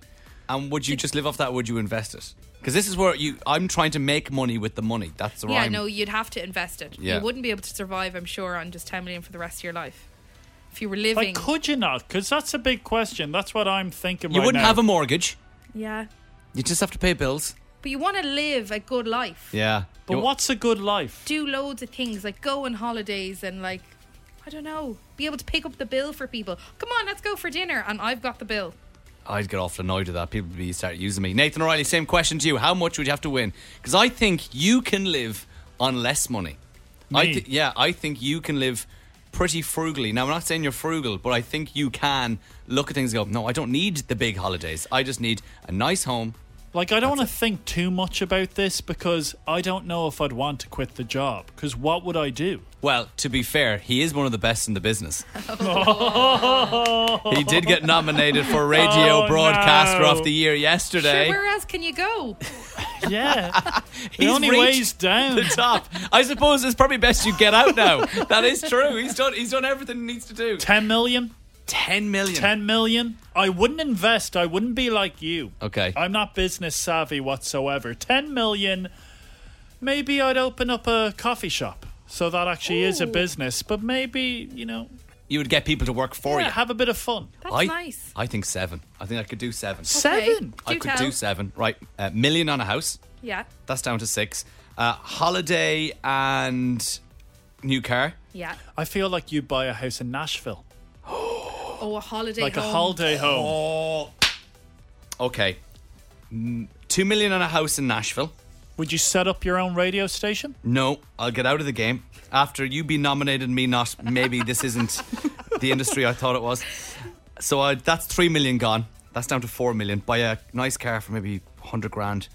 Speaker 1: And would you just live off that? Or would you invest it? Because this is where you. I'm trying to make money with the money. That's the
Speaker 3: yeah,
Speaker 1: rhyme.
Speaker 3: no, you'd have to invest it.
Speaker 1: Yeah.
Speaker 3: You wouldn't be able to survive, I'm sure, on just 10 million for the rest of your life. If you were
Speaker 2: Like,
Speaker 3: living.
Speaker 2: could you not? Because that's a big question. That's what I'm thinking
Speaker 1: you
Speaker 2: right
Speaker 1: wouldn't
Speaker 2: now.
Speaker 1: have a mortgage.
Speaker 3: Yeah.
Speaker 1: You just have to pay bills.
Speaker 3: But you want to live a good life.
Speaker 1: Yeah.
Speaker 2: But what's a good life?
Speaker 3: Do loads of things, like go on holidays and, like, I don't know, be able to pick up the bill for people. Come on, let's go for dinner. And I've got the bill.
Speaker 1: I'd get awful annoyed with that. People would be start using me. Nathan O'Reilly, same question to you. How much would you have to win? Because I think you can live on less money. I
Speaker 2: Me?
Speaker 1: thi- yeah, I think you can live pretty frugally. Now, I'm not saying you're frugal, but I think you can look at things and go, no, I don't need the big holidays. I just need a nice home.
Speaker 2: Like, I don't want to think too much about this because I don't know if I'd want to quit the job. Because what would I do?
Speaker 1: Well, to be fair, he is one of the best in the business. he did get nominated for Radio
Speaker 2: Oh,
Speaker 1: Broadcaster
Speaker 2: no.
Speaker 1: of the Year yesterday.
Speaker 3: Sure, where else can you go?
Speaker 2: Yeah.
Speaker 1: He's
Speaker 2: only
Speaker 1: reached
Speaker 2: way's down.
Speaker 1: the top. I suppose it's probably best you get out now. that is true. He's done. He's done everything he needs to do.
Speaker 2: 10 million?
Speaker 1: Ten million.
Speaker 2: 10 million? I wouldn't invest. I wouldn't be like you.
Speaker 1: Okay.
Speaker 2: I'm not business savvy whatsoever. 10 million, maybe I'd open up a coffee shop. So that actually is a
Speaker 3: Ooh.
Speaker 2: business, but maybe, you know,
Speaker 1: you would get people to work for
Speaker 2: yeah,
Speaker 1: you.
Speaker 2: have a bit of fun.
Speaker 3: That's
Speaker 1: I,
Speaker 3: nice.
Speaker 1: I think seven. I think I could do seven.
Speaker 2: Seven.
Speaker 1: I
Speaker 3: Do
Speaker 1: could
Speaker 3: tell.
Speaker 1: do seven. Right. A million on a house.
Speaker 3: Yeah.
Speaker 1: That's down to six. Uh, holiday and new car.
Speaker 3: Yeah.
Speaker 2: I feel like you'd buy a house in Nashville,
Speaker 3: Oh, a holiday
Speaker 2: like
Speaker 3: home.
Speaker 2: a holiday home.
Speaker 1: Oh. Okay. Mm, Two million on a house in Nashville.
Speaker 2: Would you set up your own radio station?
Speaker 1: No, I'll get out of the game after you be nominated, me not. Maybe this isn't the industry I thought it was. So I, that's three million gone. That's down to four million. Buy a nice car for maybe hundred grand,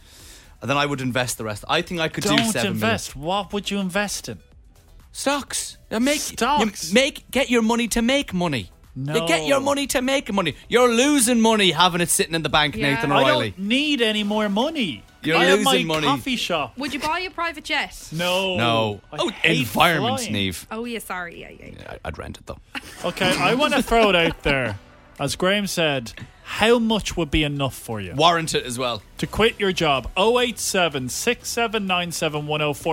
Speaker 1: and then I would invest the rest. I think I could do
Speaker 2: Don't
Speaker 1: seven million.
Speaker 2: invest. What would you invest in?
Speaker 1: Stocks. Now Make
Speaker 2: Stocks.
Speaker 1: you make get your money to make money.
Speaker 2: No.
Speaker 1: Get your money to make money. You're losing money having it sitting in the bank,
Speaker 3: Yeah.
Speaker 1: Nathan
Speaker 3: I
Speaker 2: I
Speaker 1: O'Reilly.
Speaker 2: don't need any more money.
Speaker 1: You're
Speaker 2: I have
Speaker 1: losing
Speaker 2: my
Speaker 1: money.
Speaker 2: coffee shop.
Speaker 3: Would you buy a private jet?
Speaker 2: No.
Speaker 1: No.
Speaker 2: I
Speaker 1: oh,
Speaker 2: hate
Speaker 1: environment,
Speaker 2: flying.
Speaker 1: Neve.
Speaker 3: Oh, yeah, sorry. Yeah, yeah.
Speaker 1: I- I'd rent it though.
Speaker 2: Okay, I want to throw it out there. As Graham said, how much would be enough for you
Speaker 1: Warrant it as well.
Speaker 2: to quit your job? 087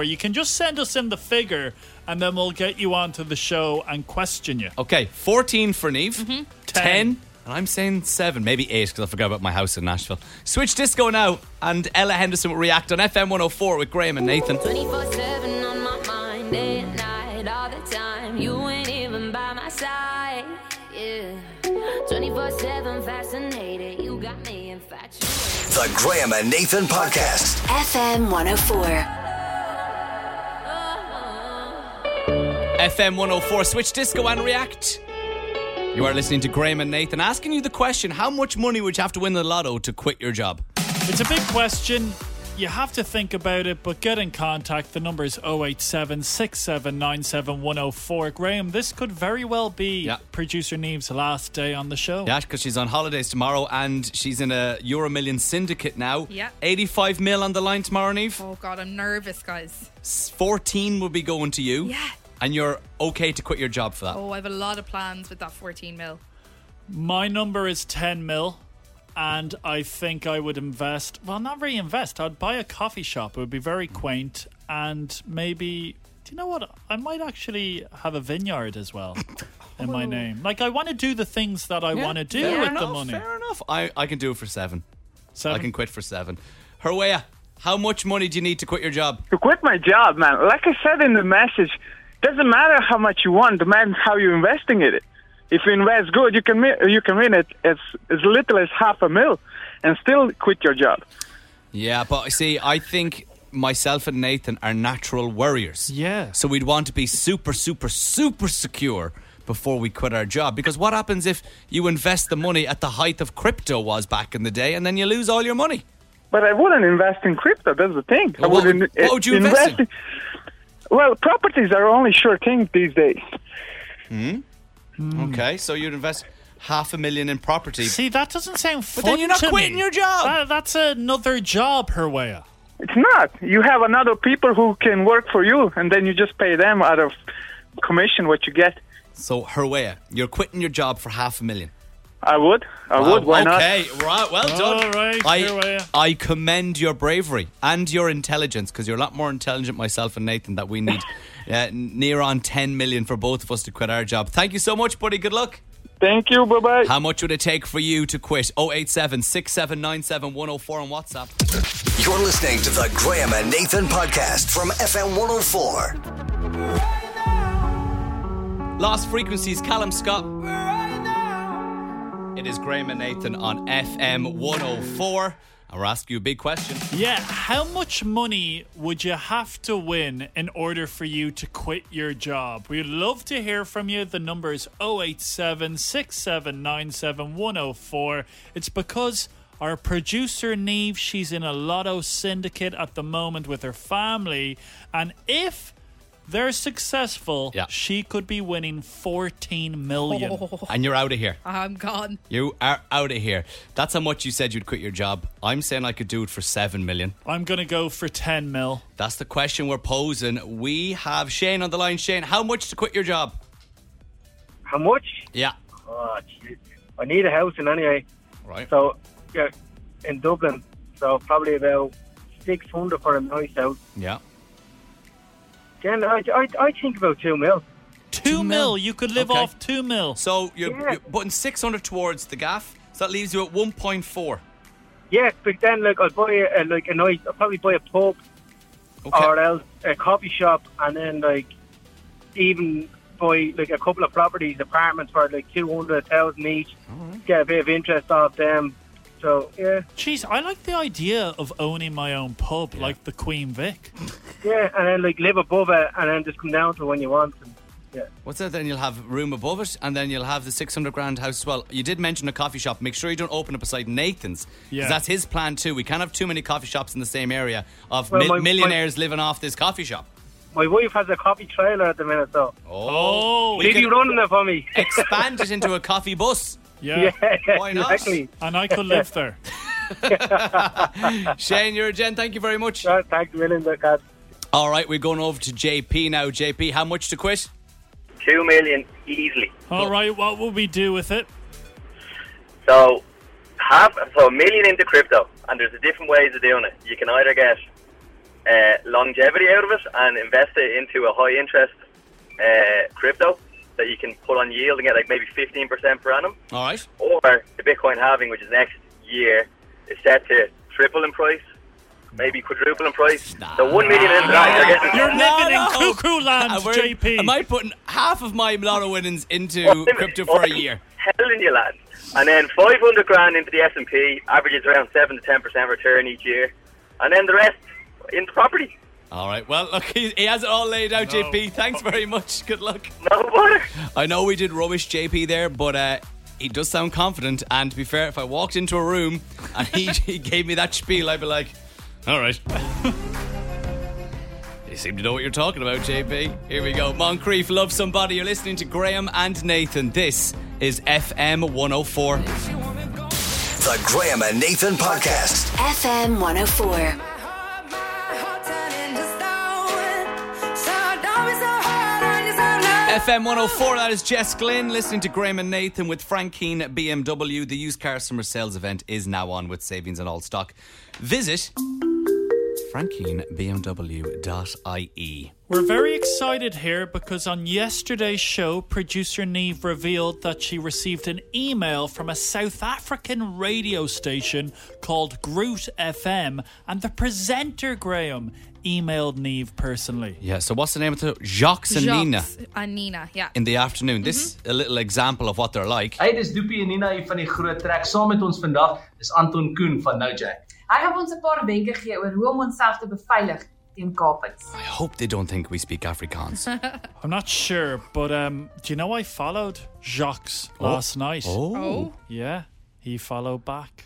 Speaker 2: You can just send us in the figure and then we'll get you onto the show and question you.
Speaker 1: Okay, 14 for Neve,
Speaker 3: Mm-hmm.
Speaker 1: 10.
Speaker 2: Ten.
Speaker 1: and I'm saying 7, maybe 8 because I forgot about my house in Nashville. Switch Disco now, and Ella Henderson will react on FM 104 with Graham and Nathan.
Speaker 9: 24 7 on my mind, day and night, all the time. You ain't even by my side. Yeah. 24 7 fascinated. You got me infatuated.
Speaker 4: The Graham and Nathan Podcast.
Speaker 11: FM 104.
Speaker 1: FM 104, Switch Disco and react. You are listening to Graham and Nathan asking you the question how much money would you have to win the lotto to quit your job?
Speaker 2: It's a big question. You have to think about it, but get in contact. The number is 087 Graham, this could very well be
Speaker 1: Yeah.
Speaker 2: producer Neve's last day on the show.
Speaker 1: Yeah, because she's on holidays tomorrow and she's in a Euro Million syndicate now.
Speaker 3: Yeah.
Speaker 1: 85 mil on the line tomorrow, Neve.
Speaker 3: Oh, God, I'm nervous, guys.
Speaker 1: 14 will be going to you.
Speaker 3: Yeah.
Speaker 1: And you're okay to quit your job for that.
Speaker 3: Oh, I have a lot of plans with that 14 mil.
Speaker 2: My number is 10 mil, and I think I would invest, well, not reinvest. I'd buy a coffee shop. It would be very quaint, and maybe, do you know what? I might actually have a vineyard as well in my name. Like, I want to do the things that I want to do
Speaker 1: Oh. fair
Speaker 2: with
Speaker 1: enough,
Speaker 2: the money.
Speaker 1: Fair enough. I, I can do it for seven.
Speaker 2: Seven.
Speaker 1: I can quit for seven. Herwea, how much money do you need to quit your job?
Speaker 5: To quit my job, man. Like I said in the message, doesn't matter how much you want. The man, how you're investing it.
Speaker 13: If you invest good, you can mi- you can win it as as little as half a mil, and still quit your job.
Speaker 1: Yeah, but see, I think myself and Nathan are natural worriers.
Speaker 2: Yeah.
Speaker 1: So we'd want to be super, super, super secure before we quit our job. Because what happens if you invest the money at the height of crypto was back in the day and then you lose all your money?
Speaker 13: But I wouldn't invest in crypto. That's the thing. I
Speaker 1: Well, what
Speaker 13: would,
Speaker 1: would-
Speaker 13: in-
Speaker 1: what would you invest in?
Speaker 13: Well, properties are only sure thing these days.
Speaker 1: Hmm? Okay, so you'd invest half a million in property.
Speaker 2: See, that doesn't sound fun.
Speaker 1: But then you're not
Speaker 2: to
Speaker 1: quitting
Speaker 2: me.
Speaker 1: your job.
Speaker 2: That- that's another job, Herwea.
Speaker 13: It's not. You have another people who can work for you, and then you just pay them out of commission what you get.
Speaker 1: So, Herwea, you're quitting your job for half a million.
Speaker 13: I would. I
Speaker 1: Wow,
Speaker 13: would. Why not?
Speaker 1: Uh, okay, right, well done.
Speaker 2: All right,
Speaker 1: I,
Speaker 2: Herwea.
Speaker 1: I commend your bravery and your intelligence because you're a lot more intelligent, myself and Nathan, that we need uh, near on 10 million for both of us to quit our job. Thank you so much, buddy. Good luck.
Speaker 13: Thank you. Bye bye.
Speaker 1: How much would it take for you to quit? 087 6797 104 on WhatsApp.
Speaker 4: You're listening to the Graham and Nathan podcast from FM 104.
Speaker 1: Last frequencies, Callum Scott. It is Graham and Nathan on FM 104. I'll ask you a big question.
Speaker 2: Yeah, how much money would you have to win in order for you to quit your job? We'd love to hear from you. The number is 087 6797 104. It's because our producer Neve, she's in a lotto syndicate at the moment with her family. And if they're successful, she could be winning 14 million.
Speaker 1: And you're out of here.
Speaker 3: I'm gone.
Speaker 1: You are out of here. That's how much you said you'd quit your job. I'm saying I could do it for 7 million.
Speaker 2: I'm going to go for 10 mil.
Speaker 1: That's the question we're posing. We have Shane on the line. Shane, how much to quit your job?
Speaker 14: How much?
Speaker 1: Yeah.
Speaker 14: Oh, jeez. I need a house in anyway.
Speaker 1: Right.
Speaker 14: So, yeah, in Dublin. So probably about 600 for a nice house.
Speaker 1: Yeah.
Speaker 14: Then I, I, I think about 2 mil.
Speaker 2: Two mil. You could live off two mil.
Speaker 1: So you're, you're putting 600 towards the gaff. So that leaves you at 1.4.
Speaker 14: Yeah, but then like I'll buy a, a- like a nice, I'll probably buy a pub or else a coffee shop and then like even buy like a couple of properties, apartments for like 200,000 each. Get a bit of interest off them. So, yeah.
Speaker 2: Jeez, I like the idea of owning my own pub, like the Queen Vic.
Speaker 14: Yeah, and then like live above it, and then just come down to when you want. And, yeah.
Speaker 1: What's that? Then you'll have room above it, and then you'll have the 600 grand house as well. You did mention a coffee shop. Make sure you don't open it beside Nathan's.
Speaker 14: Yeah.
Speaker 1: Because that's his plan too. We can't have too many coffee shops in the same area of
Speaker 14: Well,
Speaker 1: mil-
Speaker 14: my- my-
Speaker 1: millionaires living off this coffee shop.
Speaker 14: My wife has a coffee trailer at the minute, though.
Speaker 1: Oh,
Speaker 14: did you running it for me?
Speaker 1: expand it into a coffee bus.
Speaker 14: Yeah. Yeah,
Speaker 1: Why not?
Speaker 14: exactly.
Speaker 2: And I could live there.
Speaker 1: Shane, you're a gent. Thank you very much.
Speaker 14: thanks, million, God.
Speaker 1: All right, we're going over to JP now. JP, how much to quit?
Speaker 15: Two million easily.
Speaker 2: All right, what would we do with it?
Speaker 15: So half, so a million into crypto, and there's different ways of doing it. You can either get uh, longevity out of it and invest it into a high interest uh, crypto that you can put on yield and get like maybe 15% per annum,
Speaker 1: All right.
Speaker 15: or the Bitcoin halving, which is next year, is set to triple in price. Maybe quadruple in price. So one million into that, you're getting
Speaker 2: You're living
Speaker 1: No, no.
Speaker 2: in cuckoo land,
Speaker 1: Uh, we're-
Speaker 2: JP.
Speaker 1: Am I putting half of my lotto winnings into crypto for a year?
Speaker 15: telling you, lad. And then 500 grand into the S&P averages around 7 to 10% return each year. And then the rest into property.
Speaker 1: All right. Well, look, he, he has it all laid out, JP. Thanks very much. Good luck. I know we did rubbish JP there, but uh, he does sound confident. And to be fair, if I walked into a room and he, he gave me that spiel, I'd be like, all right. You seem to know what you're talking about, JP. Here we go. Moncrief, love somebody. You're listening to Graham and Nathan. This is FM 104.
Speaker 4: The Graham and Nathan podcast.
Speaker 11: FM 104.
Speaker 1: FM 104, that is Jess Glynn listening to Graham and Nathan with Frankine BMW. The used car summer sales event is now on with savings on all stock. Visit frankinebmw.ie.
Speaker 2: We're very excited here because on yesterday's show, producer Neve revealed that she received an email from a South African radio station called Groot FM, and the presenter, Graham, emailed Neve personally.
Speaker 1: Yeah, so what's the name of the Jacques Mm-hmm. and Nina
Speaker 3: Jocks and Nina, yeah.
Speaker 1: in the afternoon? This is a little example of what they're like.
Speaker 16: Hey, dis Doopie en Nina hier van die groot trek. Saam met ons vandag is Anton Koen van Nou Jack.
Speaker 17: Hy gaan ons 'n paar wenke gee oor hoe om onsself te beveilig teen kapings.
Speaker 1: I hope they don't think we speak Afrikaans.
Speaker 2: I'm not sure, but um, do you know I followed Jacques
Speaker 1: Oh.
Speaker 2: last night?
Speaker 1: Oh. Oh.
Speaker 2: Yeah, he followed back.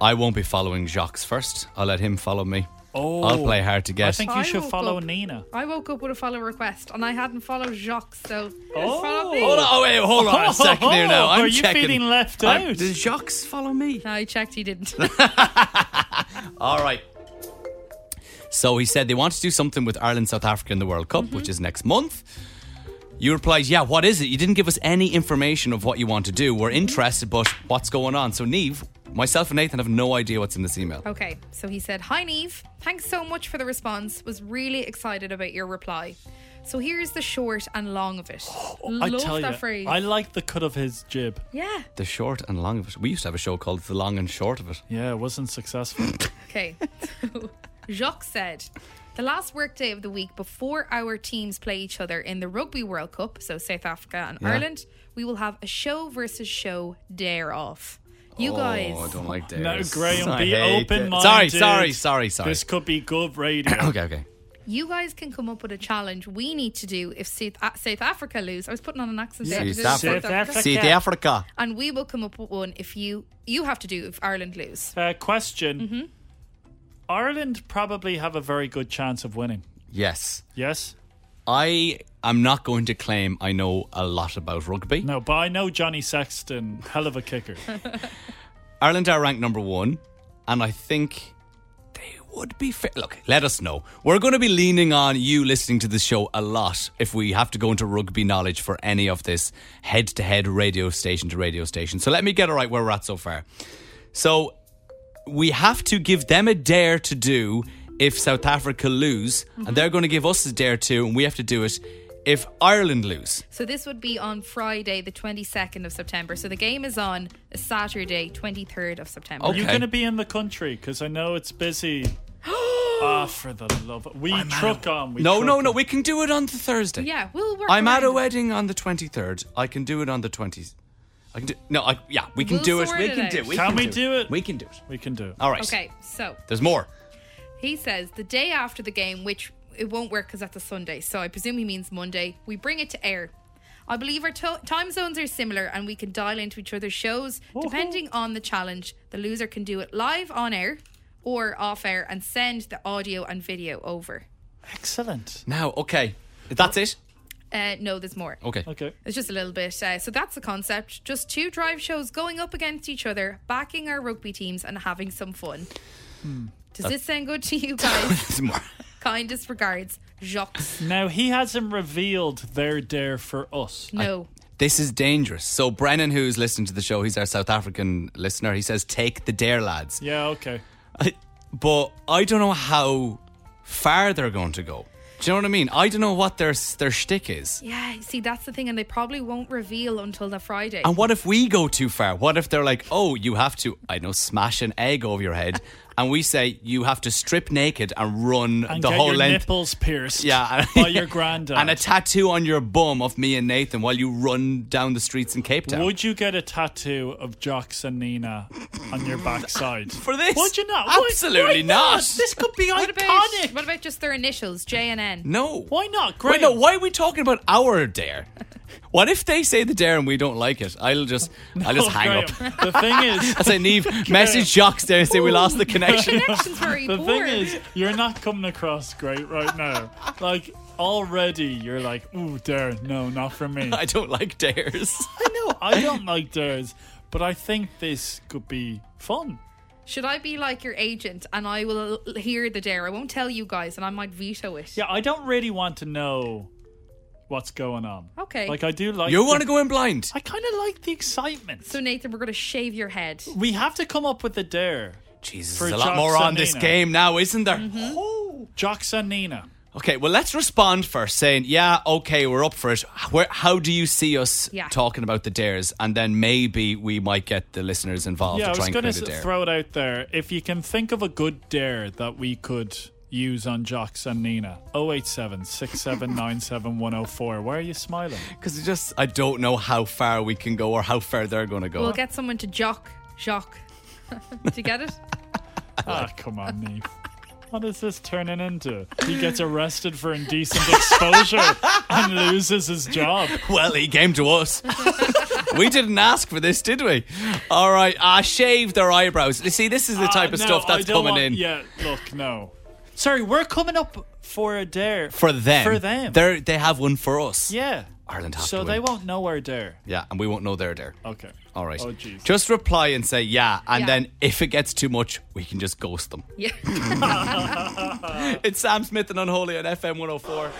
Speaker 1: I won't be following Jacques first. I'll let him follow me.
Speaker 2: Oh.
Speaker 1: I'll play hard to get.
Speaker 2: I think you should
Speaker 3: woke
Speaker 2: follow
Speaker 3: up-
Speaker 2: Nina.
Speaker 3: I woke up with a follow request and I hadn't followed Jacques, so oh. follow me.
Speaker 1: Hold on, oh, wait, hold on a second here now. I'm
Speaker 2: Oh, Are you
Speaker 1: checking.
Speaker 2: feeling left
Speaker 1: I'm-
Speaker 2: out?
Speaker 1: Does Jacques follow me?
Speaker 3: No, I checked he didn't.
Speaker 1: All right. So he said they want to do something with Ireland, South Africa in the World Cup, which is next month. You replied, Yeah, what is it? You didn't give us any information of what you want to do. We're interested, but what's going on? So, Neve, myself, and Nathan have no idea what's in this email.
Speaker 3: Okay, so he said, Hi Neve, thanks so much for the response. Was really excited about your reply. So here's the short and long of it.
Speaker 2: I
Speaker 3: Love
Speaker 2: tell
Speaker 3: that
Speaker 2: you,
Speaker 3: phrase.
Speaker 2: I like the cut of his jib.
Speaker 3: yeah.
Speaker 1: The short and long of it. We used to have a show called The Long and Short of It.
Speaker 2: Yeah, it wasn't successful.
Speaker 3: Okay. So Jacques said, the last workday of the week before our teams play each other in the Rugby World Cup, so South Africa and
Speaker 1: Yeah.
Speaker 3: Ireland, we will have a show versus show dare off. You
Speaker 1: Oh,
Speaker 3: guys.
Speaker 1: I don't like
Speaker 2: no,
Speaker 1: this.
Speaker 2: Graham,
Speaker 1: I
Speaker 2: be
Speaker 1: hate it.
Speaker 2: open minded.
Speaker 1: Sorry, sorry, sorry, sorry.
Speaker 2: This could be good radio.
Speaker 1: okay, okay.
Speaker 3: You guys can come up with a challenge we need to do if South, A- South Africa lose. I was putting on an accent there. because it's
Speaker 1: South Africa. South Africa.
Speaker 3: And we will come up with one if you you have to do if Ireland lose.
Speaker 2: Uh, question Ireland probably have a very good chance of winning.
Speaker 1: Yes.
Speaker 2: Yes?
Speaker 1: I am not going to claim I know a lot about rugby.
Speaker 2: No, but I know Johnny Sexton, hell of a kicker.
Speaker 1: Ireland are ranked number one, and I think they would be fair. Look, let us know. We're going to be leaning on you listening to the show a lot if we have to go into rugby knowledge for any of this head to head, radio station to radio station. So let me get it right where we're at so far. So we have to give them a dare to do if South Africa lose, and they're going to give us a dare to, and we have to do it if Ireland lose.
Speaker 3: So this would be on Friday, the twenty second of September. So the game is on Saturday, twenty third of September.
Speaker 2: Are you going to be in the country? Because I know it's busy. Ah, for the love of... We truck on. We
Speaker 1: no,
Speaker 2: truck
Speaker 1: no,
Speaker 2: on.
Speaker 1: no. We can do it on the Thursday.
Speaker 3: Yeah, we'll work.
Speaker 1: I'm at
Speaker 3: around
Speaker 1: a
Speaker 3: it.
Speaker 1: wedding on the 23rd. I can do it on the 20th. I can do no. I, yeah, we can
Speaker 3: We'll
Speaker 1: do it.
Speaker 3: sort
Speaker 1: We
Speaker 3: it
Speaker 1: can
Speaker 3: out.
Speaker 1: do. We
Speaker 2: Can we
Speaker 1: do it? We Ah. can do it.
Speaker 2: We can do it.
Speaker 1: All right.
Speaker 3: Okay, so
Speaker 1: There's more.
Speaker 3: He says the day after the game, which it won't work because that's a Sunday, so I presume he means Monday, we bring it to air. I believe our to- time zones are similar and we can dial into each other's shows depending on the challenge. The loser can do it live on air or off air and send the audio and video over.
Speaker 2: Excellent.
Speaker 1: Now, okay, that's it.
Speaker 3: Uh, no, there's more.
Speaker 1: Okay.
Speaker 2: Okay.
Speaker 3: It's just a little bit. Uh, so that's the concept. Just two drive shows going up against each other, backing our rugby teams and having some fun. Does
Speaker 2: That-
Speaker 3: this sound good to you guys? Kindest regards, Jacques.
Speaker 2: Now, he hasn't revealed their dare for us.
Speaker 3: No.
Speaker 1: This is dangerous. So Brennan, who's listening to the show, he's our South African listener. He says, "Take the dare, lads."
Speaker 2: Yeah, okay.
Speaker 1: I, but I don't know how far they're going to go. Do you know what I mean? I don't know what their their shtick is.
Speaker 3: Yeah, you see, that's the thing, and they probably won't reveal until the Friday.
Speaker 1: And what if we go too far? What if they're like, oh, you have to, I know, smash an egg over your head, and we say you have to strip naked and run
Speaker 2: And
Speaker 1: the
Speaker 2: get
Speaker 1: whole
Speaker 2: your
Speaker 1: length,
Speaker 2: nipples pierced
Speaker 1: yeah,
Speaker 2: by your granddad.
Speaker 1: and a tattoo on your bum of me and Nathan while you run down the streets in Cape Town.
Speaker 2: Would you get a tattoo of Jocks and Nina on your backside?
Speaker 1: For this?
Speaker 2: Would you not?
Speaker 1: Absolutely
Speaker 2: Why, why
Speaker 1: not.
Speaker 2: This could be
Speaker 3: what
Speaker 2: iconic.
Speaker 3: About, what about just their initials, J and N?
Speaker 1: no.
Speaker 2: Why not?
Speaker 1: Wait, no. Why are we talking about our dare? What if they say the dare and we don't like it? I'll just, I'll just hang up.
Speaker 2: Graham, Oh, the thing is-
Speaker 1: I say, Neve, message Jocks there and say we lost the connection.
Speaker 3: very
Speaker 2: The
Speaker 3: poor.
Speaker 2: thing is, you're not coming across great right now. Like, already you're like, ooh, dare. No, not for me.
Speaker 1: I don't like dares.
Speaker 2: I know, I don't like dares, but I think this could be fun.
Speaker 3: Should I be like your agent, and I will l- hear the dare? I won't tell you guys, and I might veto it.
Speaker 2: Yeah, I don't really want to know what's going on.
Speaker 3: Okay.
Speaker 2: Like, I do like.
Speaker 1: You
Speaker 2: the-
Speaker 1: want to go in blind?
Speaker 2: I kind of like the excitement.
Speaker 3: So Nathan, we're gonna shave your head.
Speaker 2: We have to come up with a dare.
Speaker 1: Jesus,
Speaker 2: for
Speaker 1: there's a
Speaker 2: Jocks
Speaker 1: lot more on
Speaker 2: and
Speaker 1: this
Speaker 2: Nina.
Speaker 3: Mm-hmm.
Speaker 1: game now, isn't there?
Speaker 2: Jocks and Nina.
Speaker 1: Okay, well, let's respond first, saying, yeah, okay, we're up for it. Where, how do you see us
Speaker 2: Yeah.
Speaker 1: talking about the dares? And then maybe we might get the listeners involved
Speaker 2: yeah, I
Speaker 1: to try
Speaker 2: was
Speaker 1: and
Speaker 2: going
Speaker 1: create a
Speaker 2: to
Speaker 1: dare.
Speaker 2: throw it out there. If you can think of a good dare that we could use on Jocks and Nina, 087 679 oh Why are you smiling?
Speaker 1: Because it just, I don't know how far we can go or how far they're going to go.
Speaker 3: We'll get someone to jock, jock. Do you get it?
Speaker 2: Ah, come on, Neve. What is this turning into? He gets arrested for indecent exposure and loses his job.
Speaker 1: Well, he came to us. we didn't ask for this, did we? All right, ah, shave their eyebrows. You see, this is the type
Speaker 2: Ah,
Speaker 1: of
Speaker 2: no,
Speaker 1: stuff
Speaker 2: I
Speaker 1: that's
Speaker 2: don't
Speaker 1: coming
Speaker 2: want-
Speaker 1: in.
Speaker 2: Yeah, look, no. Sorry, we're coming up for a dare.
Speaker 1: For them.
Speaker 2: For them.
Speaker 1: They're, they have one for us.
Speaker 2: yeah.
Speaker 1: Ireland have
Speaker 2: So
Speaker 1: to win.
Speaker 2: they won't know our dare.
Speaker 1: Yeah, and we won't know they're there.
Speaker 2: Okay.
Speaker 1: All right.
Speaker 2: Oh, jeez.
Speaker 1: Just reply and say yeah, and
Speaker 2: Yeah.
Speaker 1: then if it gets too much, we can just ghost them.
Speaker 3: Yeah.
Speaker 1: it's Sam Smith and Unholy on FM 104.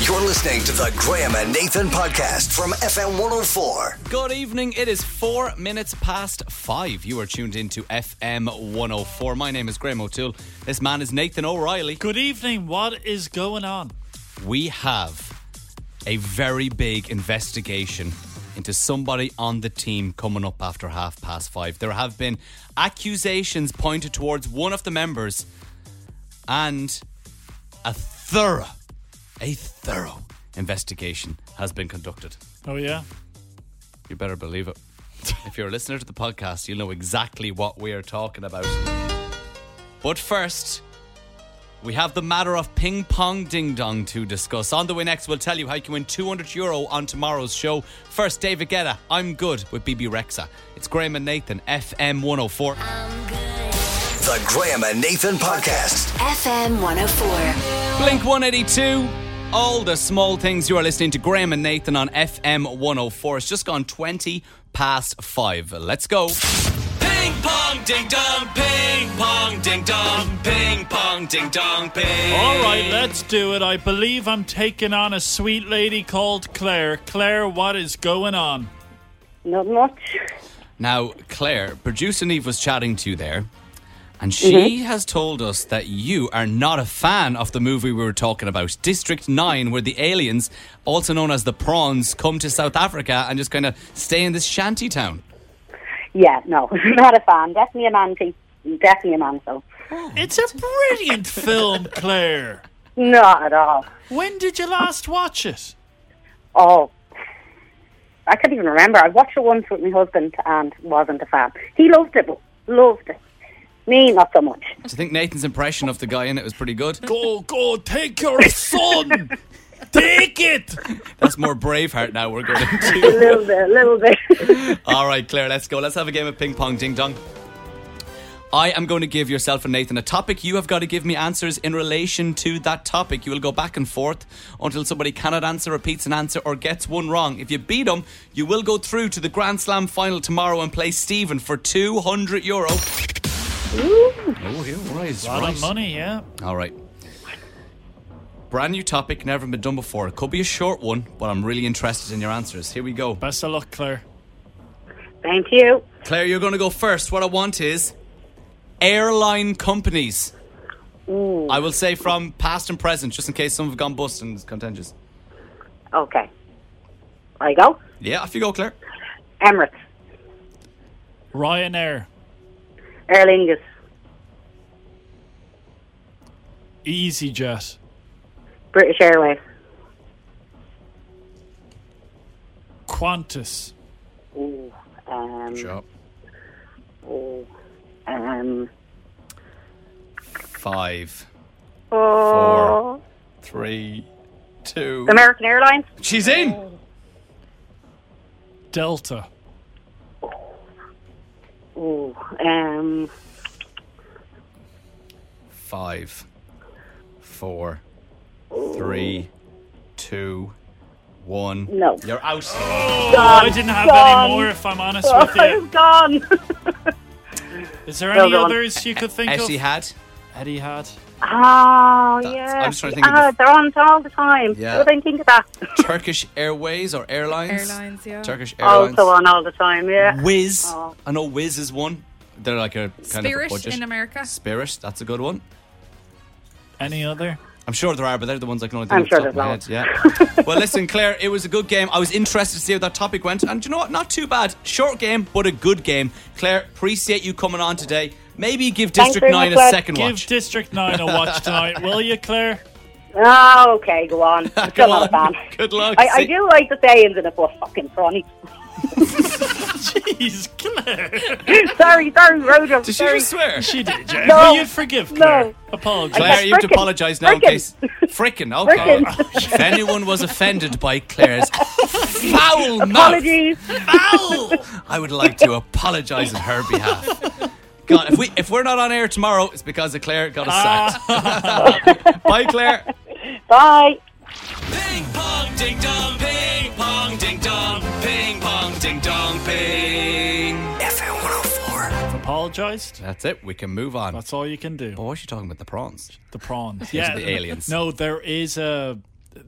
Speaker 4: You're listening to the Graham and Nathan podcast from FM 104.
Speaker 1: Good evening. It is four minutes past five. You are tuned in to FM 104. My name is Graham O'Toole. This man is Nathan O'Reilly.
Speaker 2: Good evening. What is going on?
Speaker 1: We have a very big investigation into somebody on the team coming up after half past five. There have been accusations pointed towards one of the members and a thorough, a thorough investigation has been conducted.
Speaker 2: Oh, yeah?
Speaker 1: You better believe it. if you're a listener to the podcast, you'll know exactly what we are talking about. But first, we have the matter of ping pong ding dong to discuss. On the way next, we'll tell you how you can win 200 euro on tomorrow's show. First, David Guetta, I'm good with BB Rexa. It's Graham and Nathan, FM 104.
Speaker 4: The Graham and Nathan podcast.
Speaker 11: FM 104.
Speaker 1: Blink 182. All the small things you are listening to Graham and Nathan on FM 104. It's just gone 20 past 5. Let's go. Ping pong ding dong, ping pong ding dong, ping pong ding dong, ping.
Speaker 2: All right, let's do it. I believe I'm taking on a sweet lady called Claire. Claire, what is going on?
Speaker 18: Not much.
Speaker 1: Now, Claire, producer Neve was chatting to you there, and she
Speaker 18: Mhm.
Speaker 1: has told us that you are not a fan of the movie we were talking about, District 9, where the aliens, also known as the prawns, come to South Africa and just kind of stay in this shanty town.
Speaker 18: Yeah, no, not a fan. Definitely a man thing. Definitely a man so.
Speaker 2: It's a brilliant film, Claire.
Speaker 18: Not at all.
Speaker 2: When did you last watch it?
Speaker 18: Oh, I can't even remember. I watched it once with my husband and wasn't a fan. He loved it, loved it. Me, not so much.
Speaker 1: Do you think Nathan's impression of the guy in it was pretty good?
Speaker 2: Go, go, take your son. take it.
Speaker 1: That's more Braveheart now we're going
Speaker 18: a
Speaker 1: into.
Speaker 18: little bit, a little bit.
Speaker 1: All right, Claire, let's go. Let's have a game of ping pong ding dong. I am going to give yourself and Nathan a topic. You have got to give me answers in relation to that topic. You will go back and forth until somebody cannot answer, repeats an answer, or gets one wrong. If you beat them, you will go through to the Grand Slam final tomorrow and play Stephen for 200 euro. Oh, here, right,
Speaker 2: A lot
Speaker 1: right.
Speaker 2: of money, yeah.
Speaker 1: All right. Brand new topic, never been done before. It could be a short one, but I'm really interested in your answers. Here we go.
Speaker 2: Best of luck, Claire.
Speaker 18: Thank you.
Speaker 1: Claire, you're going to go first. What I want is airline companies. I will say from past and present, just in case some have gone bust and it's contentious.
Speaker 18: Okay. I go.
Speaker 1: Yeah, off you go, Claire.
Speaker 18: Emirates,
Speaker 2: Ryanair,
Speaker 18: Aer Lingus,
Speaker 2: EasyJet,
Speaker 18: British Airways,
Speaker 2: Qantas,
Speaker 18: Ooh, um,
Speaker 1: Chop.
Speaker 18: ooh, um,
Speaker 1: Five,
Speaker 18: oh,
Speaker 1: three, two.
Speaker 18: American Airlines.
Speaker 1: She's in.
Speaker 2: Delta,
Speaker 18: Ooh, um,
Speaker 1: Five, four, three, two, one.
Speaker 18: No.
Speaker 1: You're out.
Speaker 2: I didn't have any more, if I'm honest with you.
Speaker 18: I'm gone.
Speaker 2: Is there
Speaker 18: Well
Speaker 2: any
Speaker 18: done.
Speaker 2: others you could think of?
Speaker 1: Etihad.
Speaker 2: Etihad.
Speaker 18: Oh, yeah.
Speaker 1: I'm just trying to think of
Speaker 18: oh, they're on all the time.
Speaker 1: Yeah.
Speaker 18: Yeah. I didn't think of that.
Speaker 1: Turkish Airways or Airlines?
Speaker 3: Airlines, yeah.
Speaker 1: Turkish Airlines.
Speaker 18: Also on all the time, yeah.
Speaker 1: Wiz.
Speaker 18: Oh.
Speaker 1: I know Wiz is one. They're like a kind of a
Speaker 3: Spirit
Speaker 1: budget.
Speaker 3: in America.
Speaker 1: Spirit, that's a good one.
Speaker 2: Any other?
Speaker 1: I'm sure there are, but they're the ones I can only think
Speaker 18: I'm
Speaker 1: of
Speaker 18: sure
Speaker 1: off the top of
Speaker 18: there's
Speaker 1: my head. Yeah. well, listen, Claire, it was a good game. I was interested to see how that topic went, and do you know what? Not too bad. Short game, but a good game. Claire, appreciate you coming on today. Maybe give
Speaker 18: Thanks
Speaker 1: District
Speaker 18: very
Speaker 1: Nine
Speaker 18: much,
Speaker 1: a
Speaker 18: lad.
Speaker 1: second
Speaker 18: Give
Speaker 1: watch.
Speaker 2: District Nine a watch tonight, will you, Claire?
Speaker 18: Oh, okay, go on. I'm still not a fan.
Speaker 1: Good luck.
Speaker 18: I, I
Speaker 1: See-
Speaker 18: do like the sayings in it, but fucking funny.
Speaker 2: Jeez,
Speaker 18: Claire. sorry, sorry, Roger.
Speaker 1: Did
Speaker 18: sorry.
Speaker 1: she just swear?
Speaker 2: She did,
Speaker 18: yeah. No.
Speaker 2: Will you forgive Claire?
Speaker 18: No.
Speaker 2: Apologize.
Speaker 1: Claire, uh, you have to apologise now in case. Frickin', okay.
Speaker 18: Frickin'.
Speaker 1: if anyone was offended by Claire's foul mouth,
Speaker 18: Apologies.
Speaker 1: I would like to apologise on her behalf. God, if, we, if we're not on air tomorrow, it's because of Claire got us
Speaker 2: Ah.
Speaker 1: sacked. Bye, Claire.
Speaker 18: Bye.
Speaker 1: Ping pong ding dong, ping pong ding dong, ping pong ding dong, ping.
Speaker 4: FM 104.
Speaker 2: Apologized.
Speaker 1: That's it. We can move on.
Speaker 2: That's all you can do.
Speaker 1: Oh, why is she talking about the prawns?
Speaker 2: The prawns.
Speaker 1: These are the aliens.
Speaker 2: No, there is a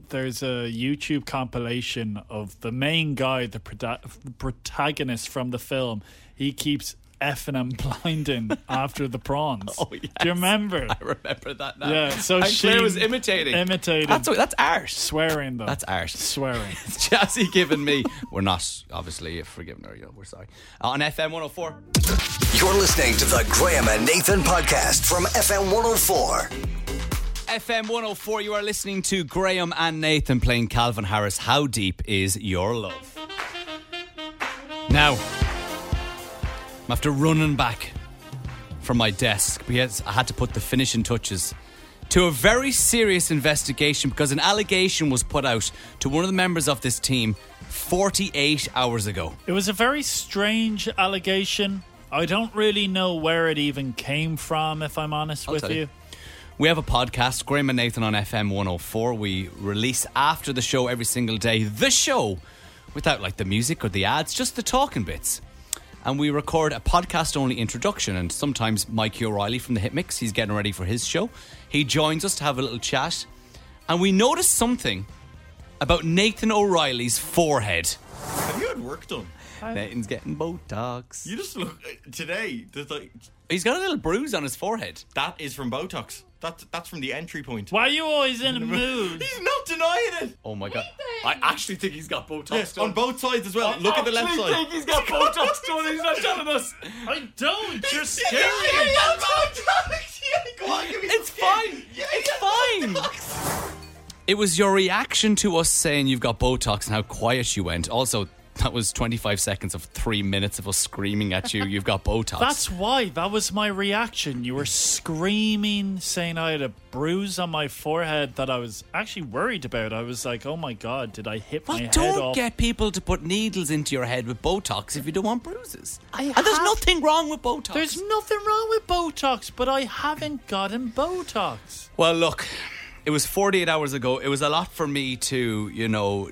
Speaker 2: there's a YouTube compilation of the main guy, the prota- protagonist from the film. He keeps effing and blinding after the prawns. Oh, yes. Do you remember?
Speaker 1: I remember that now.
Speaker 2: Yeah, so
Speaker 1: and
Speaker 2: she
Speaker 1: Claire was imitating.
Speaker 2: Imitating.
Speaker 1: That's that's art.
Speaker 2: Swearing though.
Speaker 1: That's art.
Speaker 2: Swearing.
Speaker 1: It's Jazzy giving me. We're not obviously forgiving her. You know, we're sorry. Uh, On FM 104.
Speaker 4: You're listening to the Graham and Nathan podcast from FM 104.
Speaker 1: FM 104, you are listening to Graham and Nathan playing Calvin Harris. How deep is your love? Now, I'm after running back from my desk because I had to put the finishing touches to a very serious investigation because an allegation was put out to one of the members of this team 48 hours ago.
Speaker 2: It was a very strange allegation. I don't really know where it even came from, if I'm honest
Speaker 1: I'll
Speaker 2: with
Speaker 1: tell
Speaker 2: you.
Speaker 1: you. We have a podcast, Graham and Nathan on FM 104. We release after the show every single day the show without like the music or the ads, just the talking bits. And we record a podcast only introduction. And sometimes Mikey O'Reilly from the Hit Mix, he's getting ready for his show. He joins us to have a little chat. And we noticed something about Nathan O'Reilly's forehead.
Speaker 19: Have you had work done?
Speaker 1: Nathan's getting Botox.
Speaker 19: You just look uh, today. There's like
Speaker 1: he's got a little bruise on his forehead.
Speaker 19: That is from Botox. That's that's from the entry point.
Speaker 2: Why are you always in a mood?
Speaker 19: He's not denying it.
Speaker 1: Oh my god. I actually think he's got Botox
Speaker 19: Yes,
Speaker 1: done.
Speaker 19: on both sides as well. look at the left
Speaker 1: Oh,
Speaker 19: side.
Speaker 1: done. He's not telling us.
Speaker 2: I don't. You're
Speaker 19: Yeah,
Speaker 2: scared.
Speaker 19: yeah, yeah, Botox. Yeah, go on, give me
Speaker 1: It's
Speaker 19: some skin.
Speaker 1: fine.
Speaker 19: Yeah,
Speaker 1: It's
Speaker 19: yeah,
Speaker 1: fine.
Speaker 19: Botox.
Speaker 1: It was your reaction to us saying you've got Botox and how quiet you went. Also, that was 25 seconds of three minutes of us screaming at you, you've got Botox.
Speaker 2: That's why. That was my reaction. You were screaming, saying I had a bruise on my forehead that I was actually worried about. I was like, oh my God, did I hit
Speaker 1: well,
Speaker 2: my head
Speaker 1: don't
Speaker 2: off?
Speaker 1: get people to put needles into your head with Botox if you don't want bruises. and there's nothing wrong with Botox.
Speaker 2: There's nothing wrong with Botox, but I haven't gotten Botox.
Speaker 1: Well, look, it was 48 hours ago. It was a lot for me to, you know,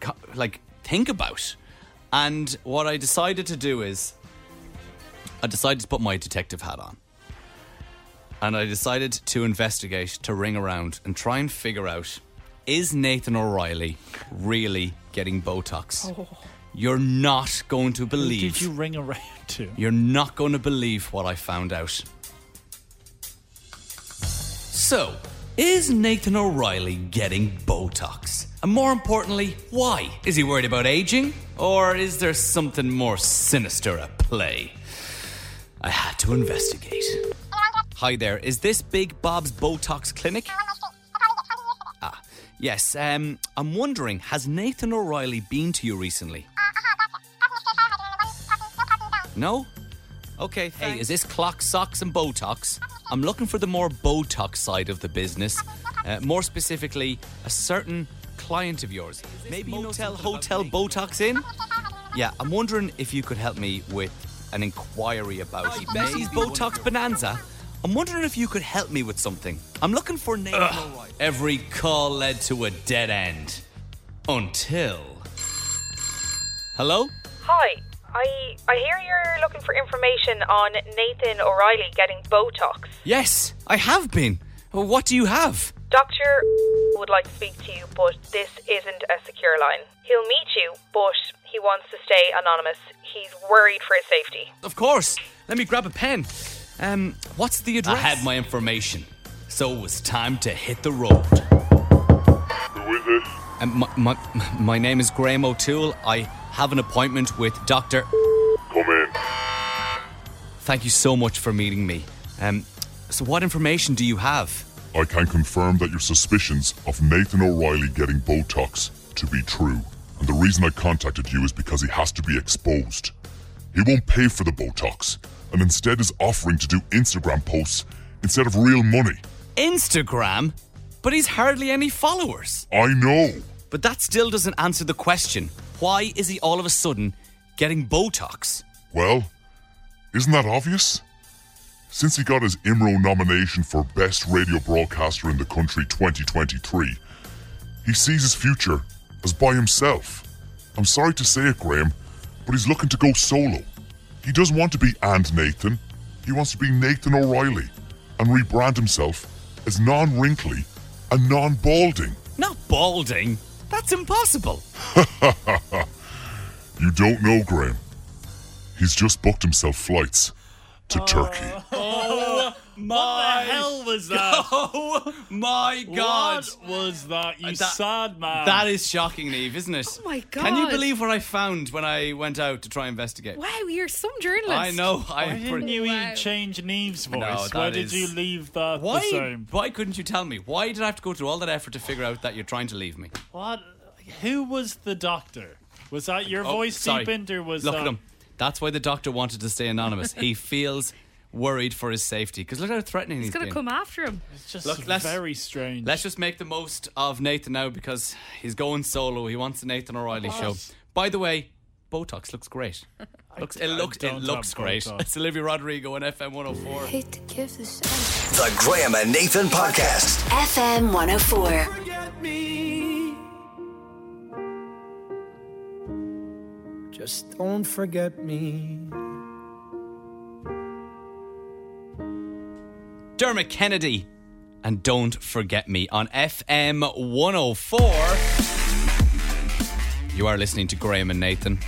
Speaker 1: co- like think about. And what I decided to do is I decided to put my detective hat on. And I decided to investigate, to ring around and try and figure out is Nathan O'Reilly really getting Botox? You're not going to
Speaker 2: Oh. Who
Speaker 1: believe.
Speaker 2: did you ring around to?
Speaker 1: You're not going to believe what I found out. So, is Nathan O'Reilly getting Botox? And more importantly, why? Is he worried about aging? Or is there something more sinister at play? I had to investigate. Hi there, is this Big Bob's Botox Clinic? Ah, yes, um, I'm wondering, has Nathan O'Reilly been to you recently? No? Okay, hey, is this clock, socks, and Botox? I'm looking for the more Botox side of the business. Uh, more specifically, a certain client of yours. Maybe motel, hotel Botox in? Yeah, I'm wondering if you could help me with an inquiry about Bessie's Botox Bonanza. I'm wondering if you could help me with something. I'm looking for Nathan O'Reilly. Every call led to a dead end. Until. Hello?
Speaker 20: Hi, I I hear you're looking for information on Nathan O'Reilly getting Botox.
Speaker 1: Yes, I have been. Well, What do you have?
Speaker 20: Doctor would like to speak to you, but this isn't a secure line. He'll meet you, but he wants to stay anonymous. He's worried for his safety.
Speaker 1: Of course. Let me grab a pen. Um, what's the address? I had my information. so it was time to hit the road.
Speaker 21: Who is this?
Speaker 1: And my, my, my name is Graham O'Toole. I have an appointment with Dr.
Speaker 21: Come in.
Speaker 1: Thank you so much for meeting me. Um, so, what information do you have?
Speaker 21: I can confirm that your suspicions of Nathan O'Reilly getting Botox to be true. And the reason I contacted you is because he has to be exposed. He won't pay for the Botox and instead is offering to do Instagram posts instead of real money.
Speaker 1: Instagram? But he's hardly any followers.
Speaker 21: I know.
Speaker 1: But that still doesn't answer the question why is he all of a sudden getting Botox?
Speaker 21: Well, isn't that obvious? Since he got his IMRO nomination for Best Radio Broadcaster in the Country 2023, he sees his future as by himself. I'm sorry to say it, Graham, but he's looking to go solo. He doesn't want to be and Nathan. He wants to be Nathan O'Reilly and rebrand himself as non wrinkly and non balding.
Speaker 1: Not balding. That's impossible.
Speaker 21: You don't know, Graham. He's just booked himself flights to Turkey.
Speaker 2: Oh my! What the hell was that?
Speaker 1: Oh my God!
Speaker 2: What was that? You
Speaker 1: That-
Speaker 2: sad man.
Speaker 1: That is shocking, Eve, isn't it?
Speaker 3: Oh my
Speaker 1: Can you
Speaker 3: God.
Speaker 1: believe what I found when I went out to try investigate?
Speaker 3: Wow, you're some journalist.
Speaker 1: I know. I
Speaker 2: Why didn't you even change Neve's voice?
Speaker 1: that
Speaker 2: Why did
Speaker 1: is-
Speaker 2: you leave that
Speaker 1: Why?
Speaker 2: the same?
Speaker 1: Why couldn't you tell me? Why did I have to go through all that effort to figure out that you're trying to leave me?
Speaker 2: What? Who was the doctor? Was that your
Speaker 1: Oh,
Speaker 2: voice
Speaker 1: sorry.
Speaker 2: deep in, or was uh,
Speaker 1: look
Speaker 2: that...
Speaker 1: at him. That's why the doctor wanted to stay anonymous. he feels worried for his safety because look how threatening he's,
Speaker 3: He's going to
Speaker 1: been.
Speaker 3: come after him.
Speaker 2: It's just
Speaker 1: Look, let's-
Speaker 2: very strange.
Speaker 1: Let's just make the most of Nathan now because he's going solo. He wants the Nathan O'Reilly show. By the way, Botox looks great. Looks it
Speaker 2: I
Speaker 1: looks it
Speaker 2: don't
Speaker 1: looks
Speaker 2: have
Speaker 1: great.
Speaker 2: Botox.
Speaker 1: It's Olivia Rodrigo on FM 104.
Speaker 4: The Graham and Nathan Podcast.
Speaker 11: FM 104.
Speaker 22: Just don't forget me.
Speaker 1: Dermot Kennedy and Don't Forget Me on FM 104. You are listening to Graham and Nathan.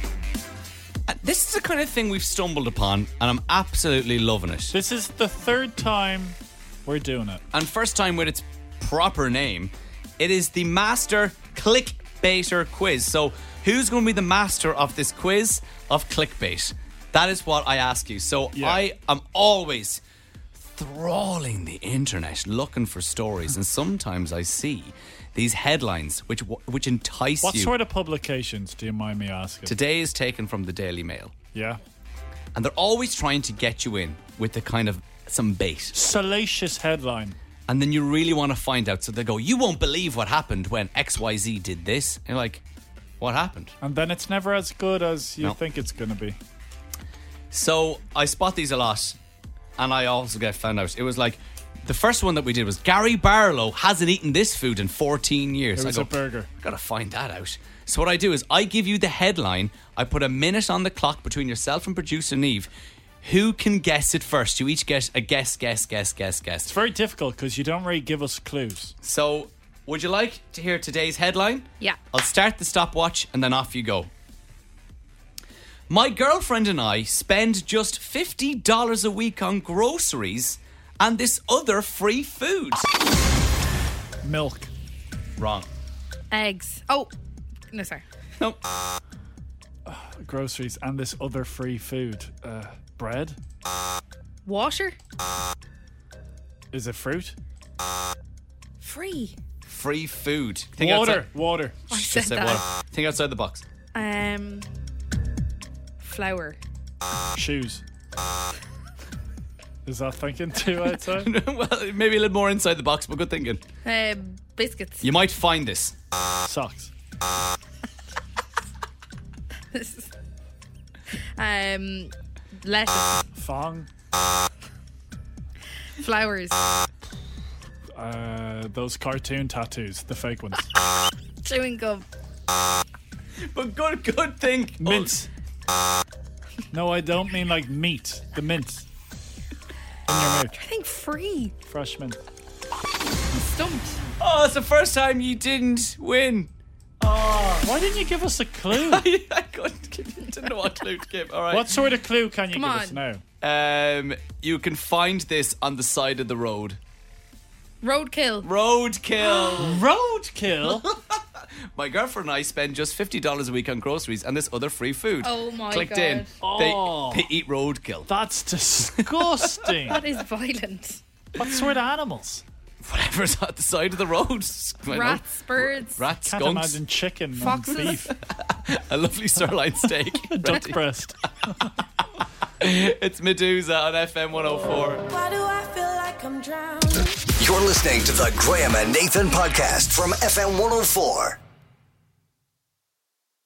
Speaker 1: And This is the kind of thing we've stumbled upon, and I'm absolutely loving it.
Speaker 2: This is the third time we're doing it.
Speaker 1: And first time with its proper name, it is the Master Clickbaiter Quiz. So, who's going to be the master of this quiz of clickbait? That is what I ask you. So, I am always trawling the internet looking for stories, and sometimes I see these headlines which which entice
Speaker 2: What
Speaker 1: you.
Speaker 2: sort of publications do you mind me asking?
Speaker 1: Today is taken from the Daily Mail,
Speaker 2: Yeah.
Speaker 1: and they're always trying to get you in with the kind of some bait.
Speaker 2: Salacious headline.
Speaker 1: and then you really want to find out. So they go, You won't believe what happened when XYZ did this. And you're like, What happened?
Speaker 2: And then it's never as good as you
Speaker 1: No.
Speaker 2: think it's going to be.
Speaker 1: So I spot these a lot, and I also get found out. It was like, the first one that we did was Gary Barlow hasn't eaten this food in 14 years.
Speaker 2: It was
Speaker 1: I
Speaker 2: a burger.
Speaker 1: Gotta find that out. So what I do is I give you the headline. I put a minute on the clock between yourself and producer Neve. Who can guess it first? You each get a guess, guess, guess, guess, guess.
Speaker 2: It's very difficult because you don't really give us clues.
Speaker 1: So would you like to hear today's headline?
Speaker 3: Yeah.
Speaker 1: I'll start the stopwatch and then off you go. My girlfriend and I spend just $50 a week on groceries and this other free food.
Speaker 2: Milk.
Speaker 1: Wrong.
Speaker 3: Eggs. Oh, no, sorry.
Speaker 1: No.
Speaker 2: Groceries and this other free food. Uh, bread?
Speaker 3: Water.
Speaker 2: Is it fruit?
Speaker 3: Free.
Speaker 1: Free food.
Speaker 2: Water. Water.
Speaker 3: I
Speaker 1: Just
Speaker 3: said that.
Speaker 1: Think outside the box.
Speaker 3: Um, flour.
Speaker 2: Shoes. Is that thinking too outside?
Speaker 1: well, maybe a little more inside the box, but good thinking.
Speaker 3: Um, biscuits.
Speaker 1: You might find this.
Speaker 2: Socks.
Speaker 3: Um, lettuce.
Speaker 2: Fong.
Speaker 3: Flowers.
Speaker 2: Uh, those cartoon tattoos, the fake ones.
Speaker 3: Chewing gum.
Speaker 1: But good, good think.
Speaker 3: Oh.
Speaker 2: Mint. No, I don't mean like meat. The mint. In your mouth.
Speaker 3: I think free.
Speaker 2: Fresh mint.
Speaker 3: I'm stumped.
Speaker 1: Oh, it's the first time you didn't win.
Speaker 2: Why didn't you give us a clue?
Speaker 1: I couldn't give you, didn't know what clue to give. All right.
Speaker 2: what sort of clue can you
Speaker 3: Come
Speaker 2: give us
Speaker 3: on.
Speaker 2: now?
Speaker 1: Um, you can find this on the side of the road.
Speaker 3: Roadkill.
Speaker 1: Roadkill.
Speaker 2: Roadkill?
Speaker 1: My girlfriend and I spend just $50 a week on groceries and this other free food.
Speaker 3: Oh my
Speaker 1: Clicked
Speaker 3: God.
Speaker 1: in.
Speaker 2: Oh.
Speaker 1: They, they eat roadkill.
Speaker 2: That's disgusting.
Speaker 3: That is violent.
Speaker 2: what sort of animals?
Speaker 1: Whatever's at the side of the road. I don't know.
Speaker 3: Rats, birds.
Speaker 1: Rats,
Speaker 2: Can't
Speaker 1: skunks.
Speaker 2: imagine chicken and
Speaker 3: Foxes.
Speaker 2: beef.
Speaker 1: A lovely sirloin steak.
Speaker 2: Duck
Speaker 1: Ready.
Speaker 2: breast.
Speaker 1: it's Medusa on FM 104.
Speaker 11: Why do I feel like I'm drowning?
Speaker 4: oh You're listening to the Graham and Nathan podcast from FM 104.